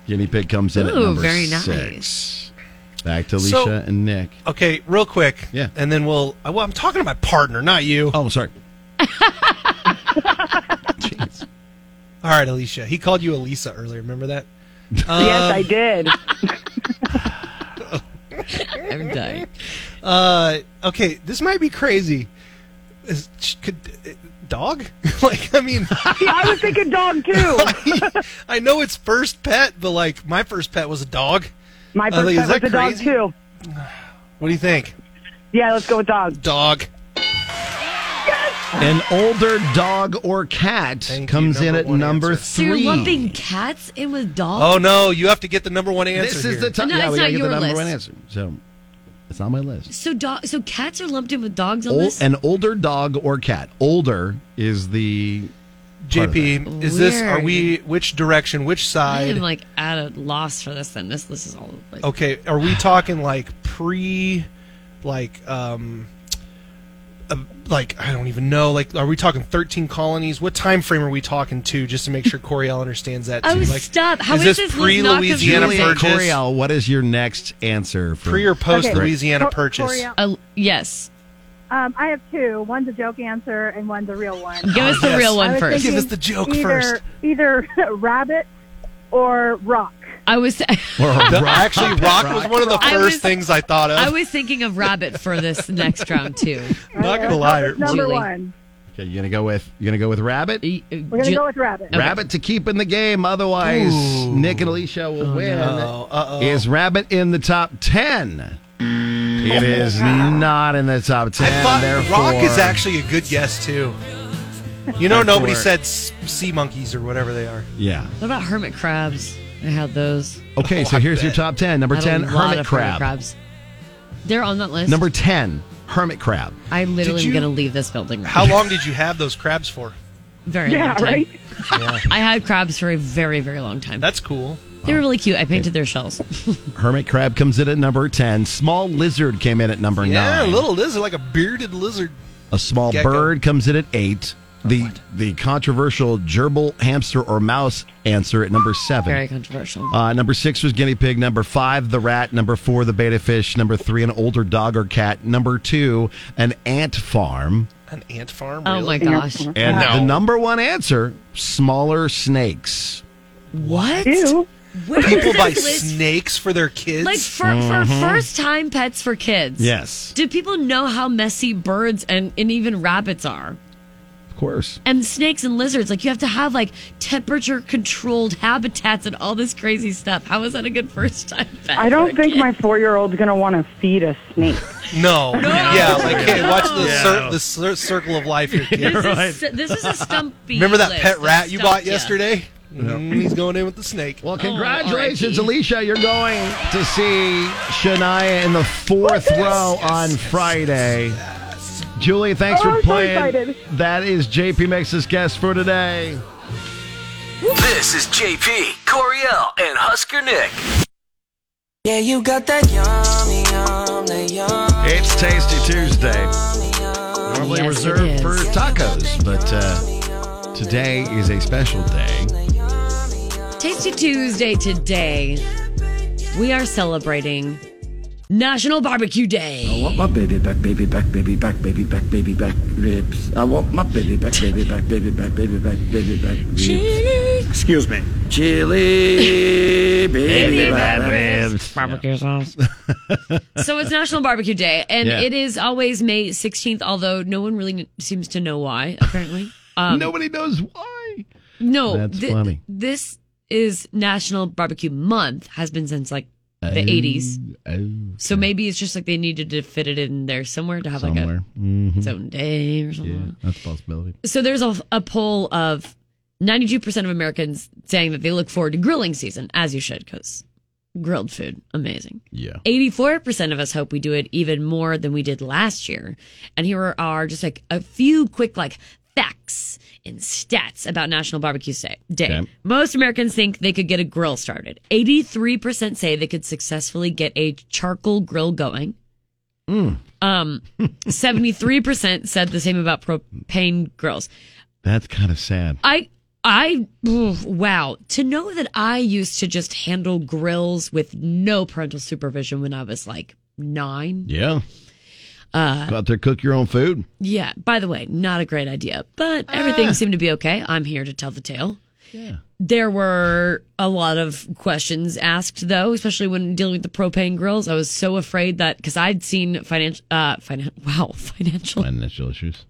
I: guinea pig comes in at
E: Ooh,
I: number
E: very nice.
I: six. Back to Alicia
J: So-
I: and Nick.
J: Okay, real quick.
I: Yeah.
J: And then we'll. Well, I'm talking to my partner, not you.
I: Oh, sorry.
J: All right, Alicia. He called you Elisa earlier. Remember that?
R: yes, I did.
E: I'm dying.
J: Uh, okay, this might be crazy. Is, could uh, dog? [LAUGHS] like, I mean,
R: See, I was thinking dog too.
J: [LAUGHS] I know it's first pet, but like my first pet was a dog.
R: My
J: I
R: first
J: think-
R: pet
J: is
R: was
J: that
R: a dog
J: crazy?
R: too.
J: What do you think?
R: Yeah, let's go with dog.
J: Dog.
I: An older dog or cat
J: Thank you,
I: comes in
J: number
I: at
J: one
I: number
J: answer.
E: So
I: three.
E: you're lumping cats in with dogs?
J: Oh no, you have to get the number one answer.
I: This
J: here.
I: is the top.
E: No,
I: yeah,
E: it's
I: we
E: not
I: gotta get the
E: your
I: number
E: list.
I: one answer. So it's on my list.
E: So dog. So cats are lumped in with dogs on
I: Ol-
E: this.
I: an older dog or cat. Older is the part of it.
J: JP, is this? Are
E: Weird.
J: we? Which direction? Which
E: I
J: side?
E: am like at a loss for this. Then this this is all over the place.
J: Okay, are we talking like pre, like um, uh, like I don't even know. Like, are we talking thirteen colonies? What time frame are we talking to? Just to make sure Coriel understands that. Too.
E: Oh,
J: like,
E: stop. How is
J: this
E: this
J: pre
E: not
J: Louisiana
E: confusing?
J: purchase?
I: Coriel, what is your next answer for
J: Pre or post
P: Okay.
I: [LAUGHS]
J: Louisiana
P: Cor-
J: purchase?
P: Coriel.
E: Uh, yes.
P: Um, I have two. One's a joke answer and one's a real
J: [LAUGHS]
P: one.
E: Give us the
J: yes.
E: real
P: I
E: one
P: was
E: first.
J: Give us
P: thinking
J: the joke
P: either,
J: first.
P: Either [LAUGHS] rabbit or rock.
E: I was [LAUGHS]
I: or
J: The-
I: rock?
J: actually, rock was one of the
E: I
J: first
E: was-
J: things I thought of.
E: I was thinking of rabbit for this next round too. [LAUGHS]
J: Not gonna lie,
P: Number
E: Julie.
P: one.
I: Okay, you gonna go with you gonna go with rabbit?
E: uh,
I: We're
P: gonna go with rabbit. Okay.
I: Rabbit to keep in the game. Otherwise, Nick and Alicia will
E: Oh,
I: win.
J: no. Uh-oh.
I: Is rabbit in the top ten? It is not in the top ten.
J: I thought
I: therefore,
J: rock is actually a good guess too. You know,
I: Therefore-
J: nobody said s- sea monkeys or whatever they are.
I: Yeah.
E: What about hermit crabs? I had those.
I: Okay, so here's your top ten. Number
E: I had a
I: ten,
E: lot
I: hermit
E: of
I: crab.
E: crabs. They're on that list.
I: Number ten, hermit crab.
E: I literally
J: Did you-
E: am going to leave this building. Right
J: How
E: now.
J: long did you have those crabs for?
E: Very long time. [LAUGHS] I had crabs for a very, very long time.
J: That's cool.
E: They were really cute. I painted their shells.
I: Hermit crab comes in at number ten. Small lizard came in at number
J: Yeah,
I: nine.
J: little lizard, like a bearded lizard.
I: A small
J: Gecko.
I: bird comes in at eight.
E: Oh,
I: The the controversial gerbil, hamster, or mouse answer at number seven.
E: Very controversial.
I: Uh, number six was guinea pig. Number five, the rat. Number four, the beta fish. Number three, an older dog or cat. Number two, an ant farm.
J: An ant farm.
E: Oh my
J: really?
E: gosh.
I: And the number one answer, smaller snakes.
E: What? Where did
J: People
E: this [LAUGHS]
J: buy
E: list-
J: snakes for their kids.
E: Like for, for
I: Mhm.
E: first time pets for kids.
I: Yes.
E: Do people know how messy birds and, and even rabbits are?
I: Of course.
E: And snakes and lizards. Like you have to have like temperature controlled habitats and all this crazy stuff. How is that a good first time pet?
R: I don't think my four year old's going to want to feed a snake.
J: No. [LAUGHS] Yeah, like hey, watch the,
R: Yeah.
J: cir- the cir- circle of life
E: [LAUGHS]
J: here, kid.
E: This, is, this is a
J: [LAUGHS]
E: stumpy.
J: Remember that
E: list.
J: pet rat you bought
E: Stumped ya.
J: yesterday? Mm, he's going in with the snake.
A: Oh,
I: Well, Congratulations, Alicia. You're going to see Shania in the fourth row on Friday. Julie, thanks
A: Oh, I'm
I: for
A: so
I: playing.
A: excited.
I: that is JP Mix's guest for today.
A: This is JP, Coriel, and Husker Nick.
S: Yeah, you got that yummy, yum, that yum.
I: It's Tasty Tuesday. Normally
S: Yes, it
I: reserved
S: is.
I: for tacos, but uh, today is a special day.
E: Tasty Tuesday today. We are celebrating National Barbecue Day.
T: I want my baby back, baby back, baby back, baby back, baby back ribs. I want my baby back, baby back, baby back, baby back, baby back ribs.
E: Chili.
T: Excuse me. Chili, baby back ribs.
E: Barbecue
I: [LAUGHS]
E: sauce. so it's National Barbecue Day, and
I: Yeah.
E: it is always May 16th, although no one really kn- seems to know why,
I: [LAUGHS]
E: apparently. Um,
I: Nobody knows why.
E: No.
I: That's
E: thi-
I: funny.
E: This is National Barbecue Month, has been since like the
I: Oh,
E: 80s.
I: oh,
E: So maybe it's just like they needed to fit it in there somewhere to have like
I: somewhere.
E: a its own day or something.
I: Yeah, that's a possibility.
E: So there's a, a poll of 92% of Americans saying that they look forward to grilling season, as you should, because grilled food, amazing.
I: Yeah.
E: 84% of us hope we do it even more than we did last year. And here are just like a few quick, like, facts and stats about National Barbecue Sa- Day.
S: Okay.
E: Most Americans think they could get a grill started. 83% say they could successfully get a charcoal grill going. Um, 73% said the same about propane grills.
I: That's kind of sad.
E: I I oof, wow to know that I used to just handle grills with no parental supervision when I was like nine.
I: Yeah.
E: Uh,
I: Go out there, cook your own food.
E: Yeah. By the way, not a great idea, but everything
I: Ah.
E: seemed to be okay. I'm here to tell the tale.
I: Yeah.
E: There were a lot of questions asked, though, especially when dealing with the propane grills. I was so afraid that because I'd seen financial, uh, finan- [LAUGHS] wow, financial,
I: Financial issues.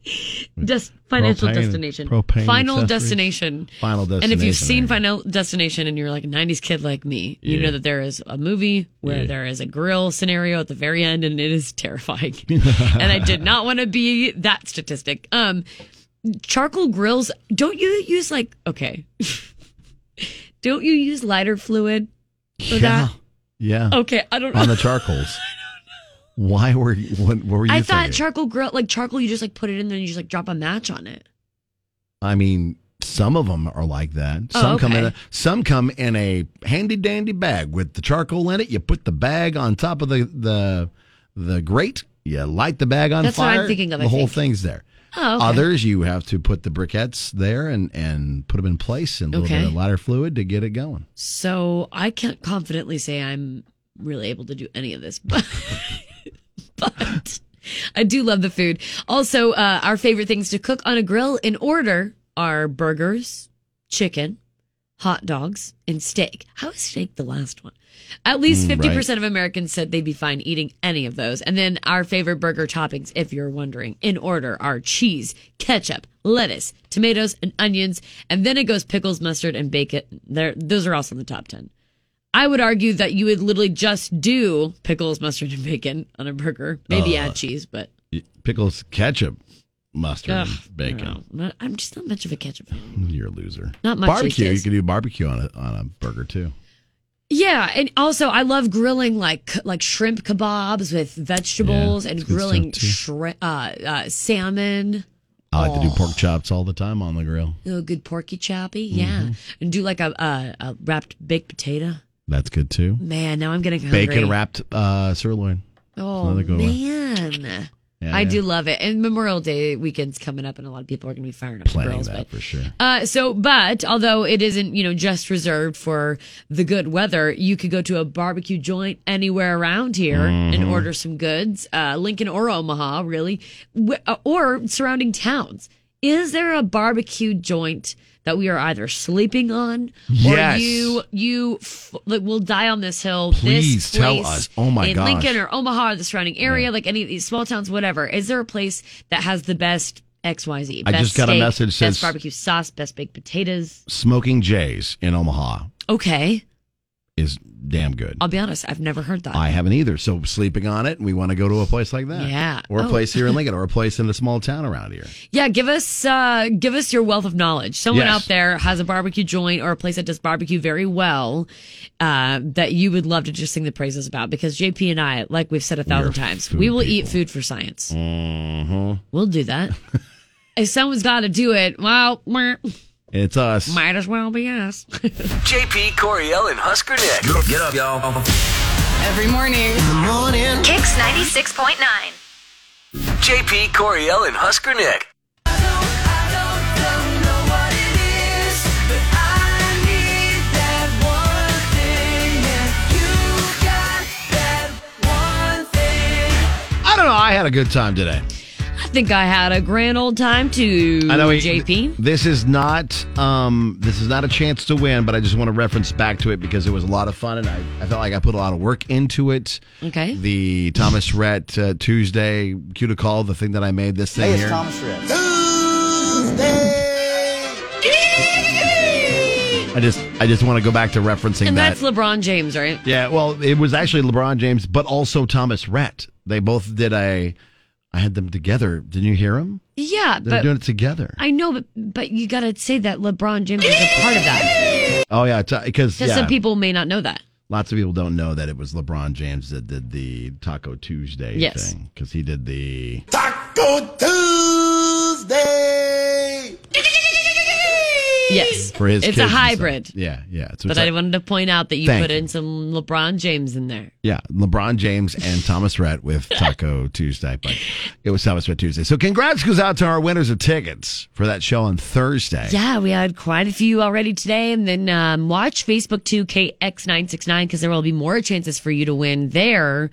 E: Des- financial
I: Propane-
E: destination,
I: propane
E: final
I: accessories.
E: destination,
I: Final
E: And if
I: Destination,
E: you've
I: there
E: seen
I: you go.
E: Final Destination and you're like a '90s kid like me, you
I: Yeah.
E: know that there is a movie where
I: Yeah.
E: there is a grill scenario at the very end, and it is [LAUGHS] terrifying.
I: [LAUGHS]
E: and I did not want to be that statistic. Um, charcoal grills. Don't you use like okay? [LAUGHS] don't you use lighter fluid for that?
I: Yeah.
E: Okay, I don't know.
I: On the charcoals. Why were you, what, what were you
E: I thought
I: thinking?
E: charcoal grill, like charcoal, you just like put it in there and you just like drop a match on it.
I: I mean, some of them are like that.
E: Oh,
I: Some come in a,
E: okay.
I: some come in a handy dandy bag with the charcoal in it. You put the bag on top of the the the grate. You light the bag on
E: That's what
I: fire.
E: I'm thinking of,
I: The
E: I
I: whole
E: think.
I: thing's there.
E: Oh, okay.
I: Others you have to put the briquettes there and and put them in place and a little
E: Okay.
I: bit of lighter fluid to get it going.
E: So I can't confidently say I'm really able to do any of this, [LAUGHS] but, but I do love the food. Also, uh, our favorite things to cook on a grill in order are burgers, chicken, hot dogs, and steak. How is steak the last one? At least
U: Mm,
E: 50%
U: right.
E: of Americans said they'd be fine eating any of those. And then our favorite burger toppings, if you're wondering, in order are cheese, ketchup, lettuce, tomatoes, and onions. And then it goes pickles, mustard, and bacon. There, those are also in the top 10. I would argue that you would literally just do pickles, mustard, and bacon on a burger. Maybe
I: Uh,
E: add cheese, but
I: Pickles, ketchup, mustard,
E: Ugh,
I: and bacon.
E: I don't know. Not- I'm just not much of a ketchup fan.
I: You're a loser.
E: Not much
I: barbecue.
E: these
I: You
E: days.
I: could do barbecue on a on a burger too.
E: Yeah, and also I love grilling like like shrimp kebabs with vegetables
I: Yeah,
E: and
I: it's good
E: grilling
I: stuff, too.
E: shri- uh, uh, salmon.
I: I like to do pork chops all the time on the grill.
E: Oh, good porky choppy, yeah,
I: Mhm.
E: and do like a, a, a wrapped baked potato.
I: That's good too.
E: Man, now I'm getting hungry.
I: Bacon wrapped uh, sirloin.
E: Oh
I: Another good one.
E: man,
I: Yeah,
E: I
I: yeah.
E: do love it. And Memorial Day weekend's coming up, and a lot of people are going to be firing up
I: Planning
E: grills.
I: that
E: but
I: for sure.
E: Uh, so, but although it isn't, you know, just reserved for the good weather, you could go to a barbecue joint anywhere around here and
I: Mm-hmm.
U: Mhm.
E: order some goods. Uh, Lincoln or Omaha, really, w- uh, or surrounding towns. Is there a barbecue joint that we are either sleeping on,
I: Yes.
E: or you you f- like, will die on this hill?
I: Please
E: this
I: tell
E: place
I: us. Oh my
E: in
I: gosh.
E: Lincoln or Omaha or the surrounding area, like any of these small towns, whatever. Is there a place that has the best X Y Z?
I: I
E: Best
I: just got a
E: steak,
I: message
E: best
I: says-
E: barbecue sauce, best baked potatoes.
I: Smoking J's in Omaha
E: Okay,
I: is damn good.
E: I'll be honest, I've never heard that.
I: I haven't either. So sleeping on it, we want to go to a place like that.
E: Yeah.
I: Or a
E: Oh.
I: place
E: [LAUGHS]
I: here in Lincoln, or a place in a small town around here.
E: yeah, give us uh, give us your wealth of knowledge. Someone
I: Yes.
E: out there has a barbecue joint or a place that does barbecue very well uh, that you would love to just sing the praises about. Because JP and I, like we've said a thousand times, we will eat food for science.
I: Mm-hmm.
E: We'll do that.
I: [LAUGHS]
E: if someone's got to do it, well, meh,
I: It's us.
E: might as well be us.
A: JP Coriel and Husker Nick. Get up, y'all.
G: Every morning. Good morning. Kicks 96.9.
A: JP Coriel and Husker Nick.
I: I don't know. I had a good time today.
E: [LAUGHS] I think I had a grand old time too.
I: I know we-
E: JP.
I: This is not um, this is not a chance to win, but I just want to reference back to it because it was a lot of fun, and I, I felt like I put a lot of work into it.
E: Okay.
I: The Thomas Rhett uh, Tuesday cue to call the thing that I made this thing
L: Hey, it's
I: here.
L: Thomas Rhett.
I: I just I just want to go back to referencing
E: And
I: that.
E: that's LeBron James, right?
I: yeah, well, it was actually LeBron James, but also Thomas Rhett. They both did a. I had them together. Didn't you hear them?
E: Yeah,
I: They're
E: but
I: doing it together.
E: I know, but but you gotta say that LeBron James is a part of that
I: Oh yeah, because
E: because
I: yeah.
E: some people may not know that.
I: Lots of people don't know that it was LeBron James that did the Taco Tuesday
E: Yes.
I: thing because he did the
F: Taco Tuesday.
E: Yes,
I: for his.
E: it's
I: kids
E: a
I: and stuff.
E: hybrid.
I: Yeah, yeah. So
E: but
I: it's
E: I
I: like-
E: wanted to point out that you
I: Thank
E: put in some LeBron James in there.
I: yeah, LeBron James and Thomas Rhett with Taco Tuesday, but it was Thomas Rhett Tuesday. So congrats goes out to our winners of tickets for that show on Thursday.
E: Yeah, we had quite a few already today. And then um, watch Facebook 2KX969 because there will be more chances for you to win their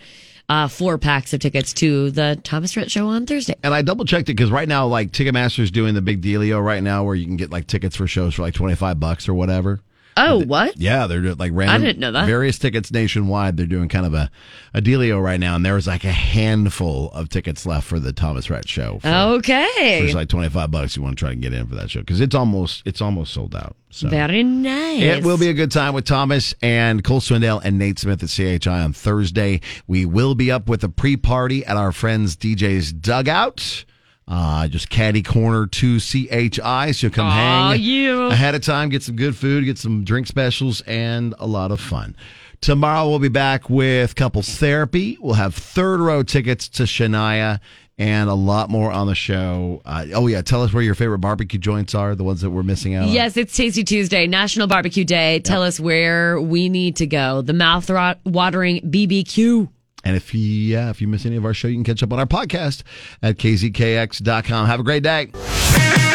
E: uh, four packs of tickets to the Thomas Rhett Show on Thursday.
I: And I double checked it because right now, like Ticketmaster's doing the big dealio right now, where you can get like tickets for shows for like twenty five bucks or whatever.
E: Oh, what?
I: Yeah, they're doing like random.
E: didn't know that.
I: Various tickets nationwide. They're doing kind of a, a dealio right now, and there was like a handful of tickets left for the Thomas Rhett show. For,
E: Oh, okay.
I: for like twenty five bucks. You want to try and get in for that show because it's almost it's almost sold out. So
E: Very nice.
I: It will be a good time with Thomas and Cole Swindell and Nate Smith at CHI on Thursday. We will be up with a pre party at our friends DJ's Dugout. Uh, just caddy corner to CHI. So come
E: Aw,
I: hang
E: you.
I: ahead of time, get some good food, get some drink specials, and a lot of fun. Tomorrow we'll be back with couples therapy. We'll have third row tickets to Shania and a lot more on the show. Uh, oh, yeah. Tell us where your favorite barbecue joints are, the ones that we're missing out on.
E: Yes, it's Tasty Tuesday, National Barbecue Day. Tell us where we need to go. The mouth rot- watering BBQ.
I: And if you, yeah, if you miss any of our show, you can catch up on our podcast at kzkx.com. Have a great day.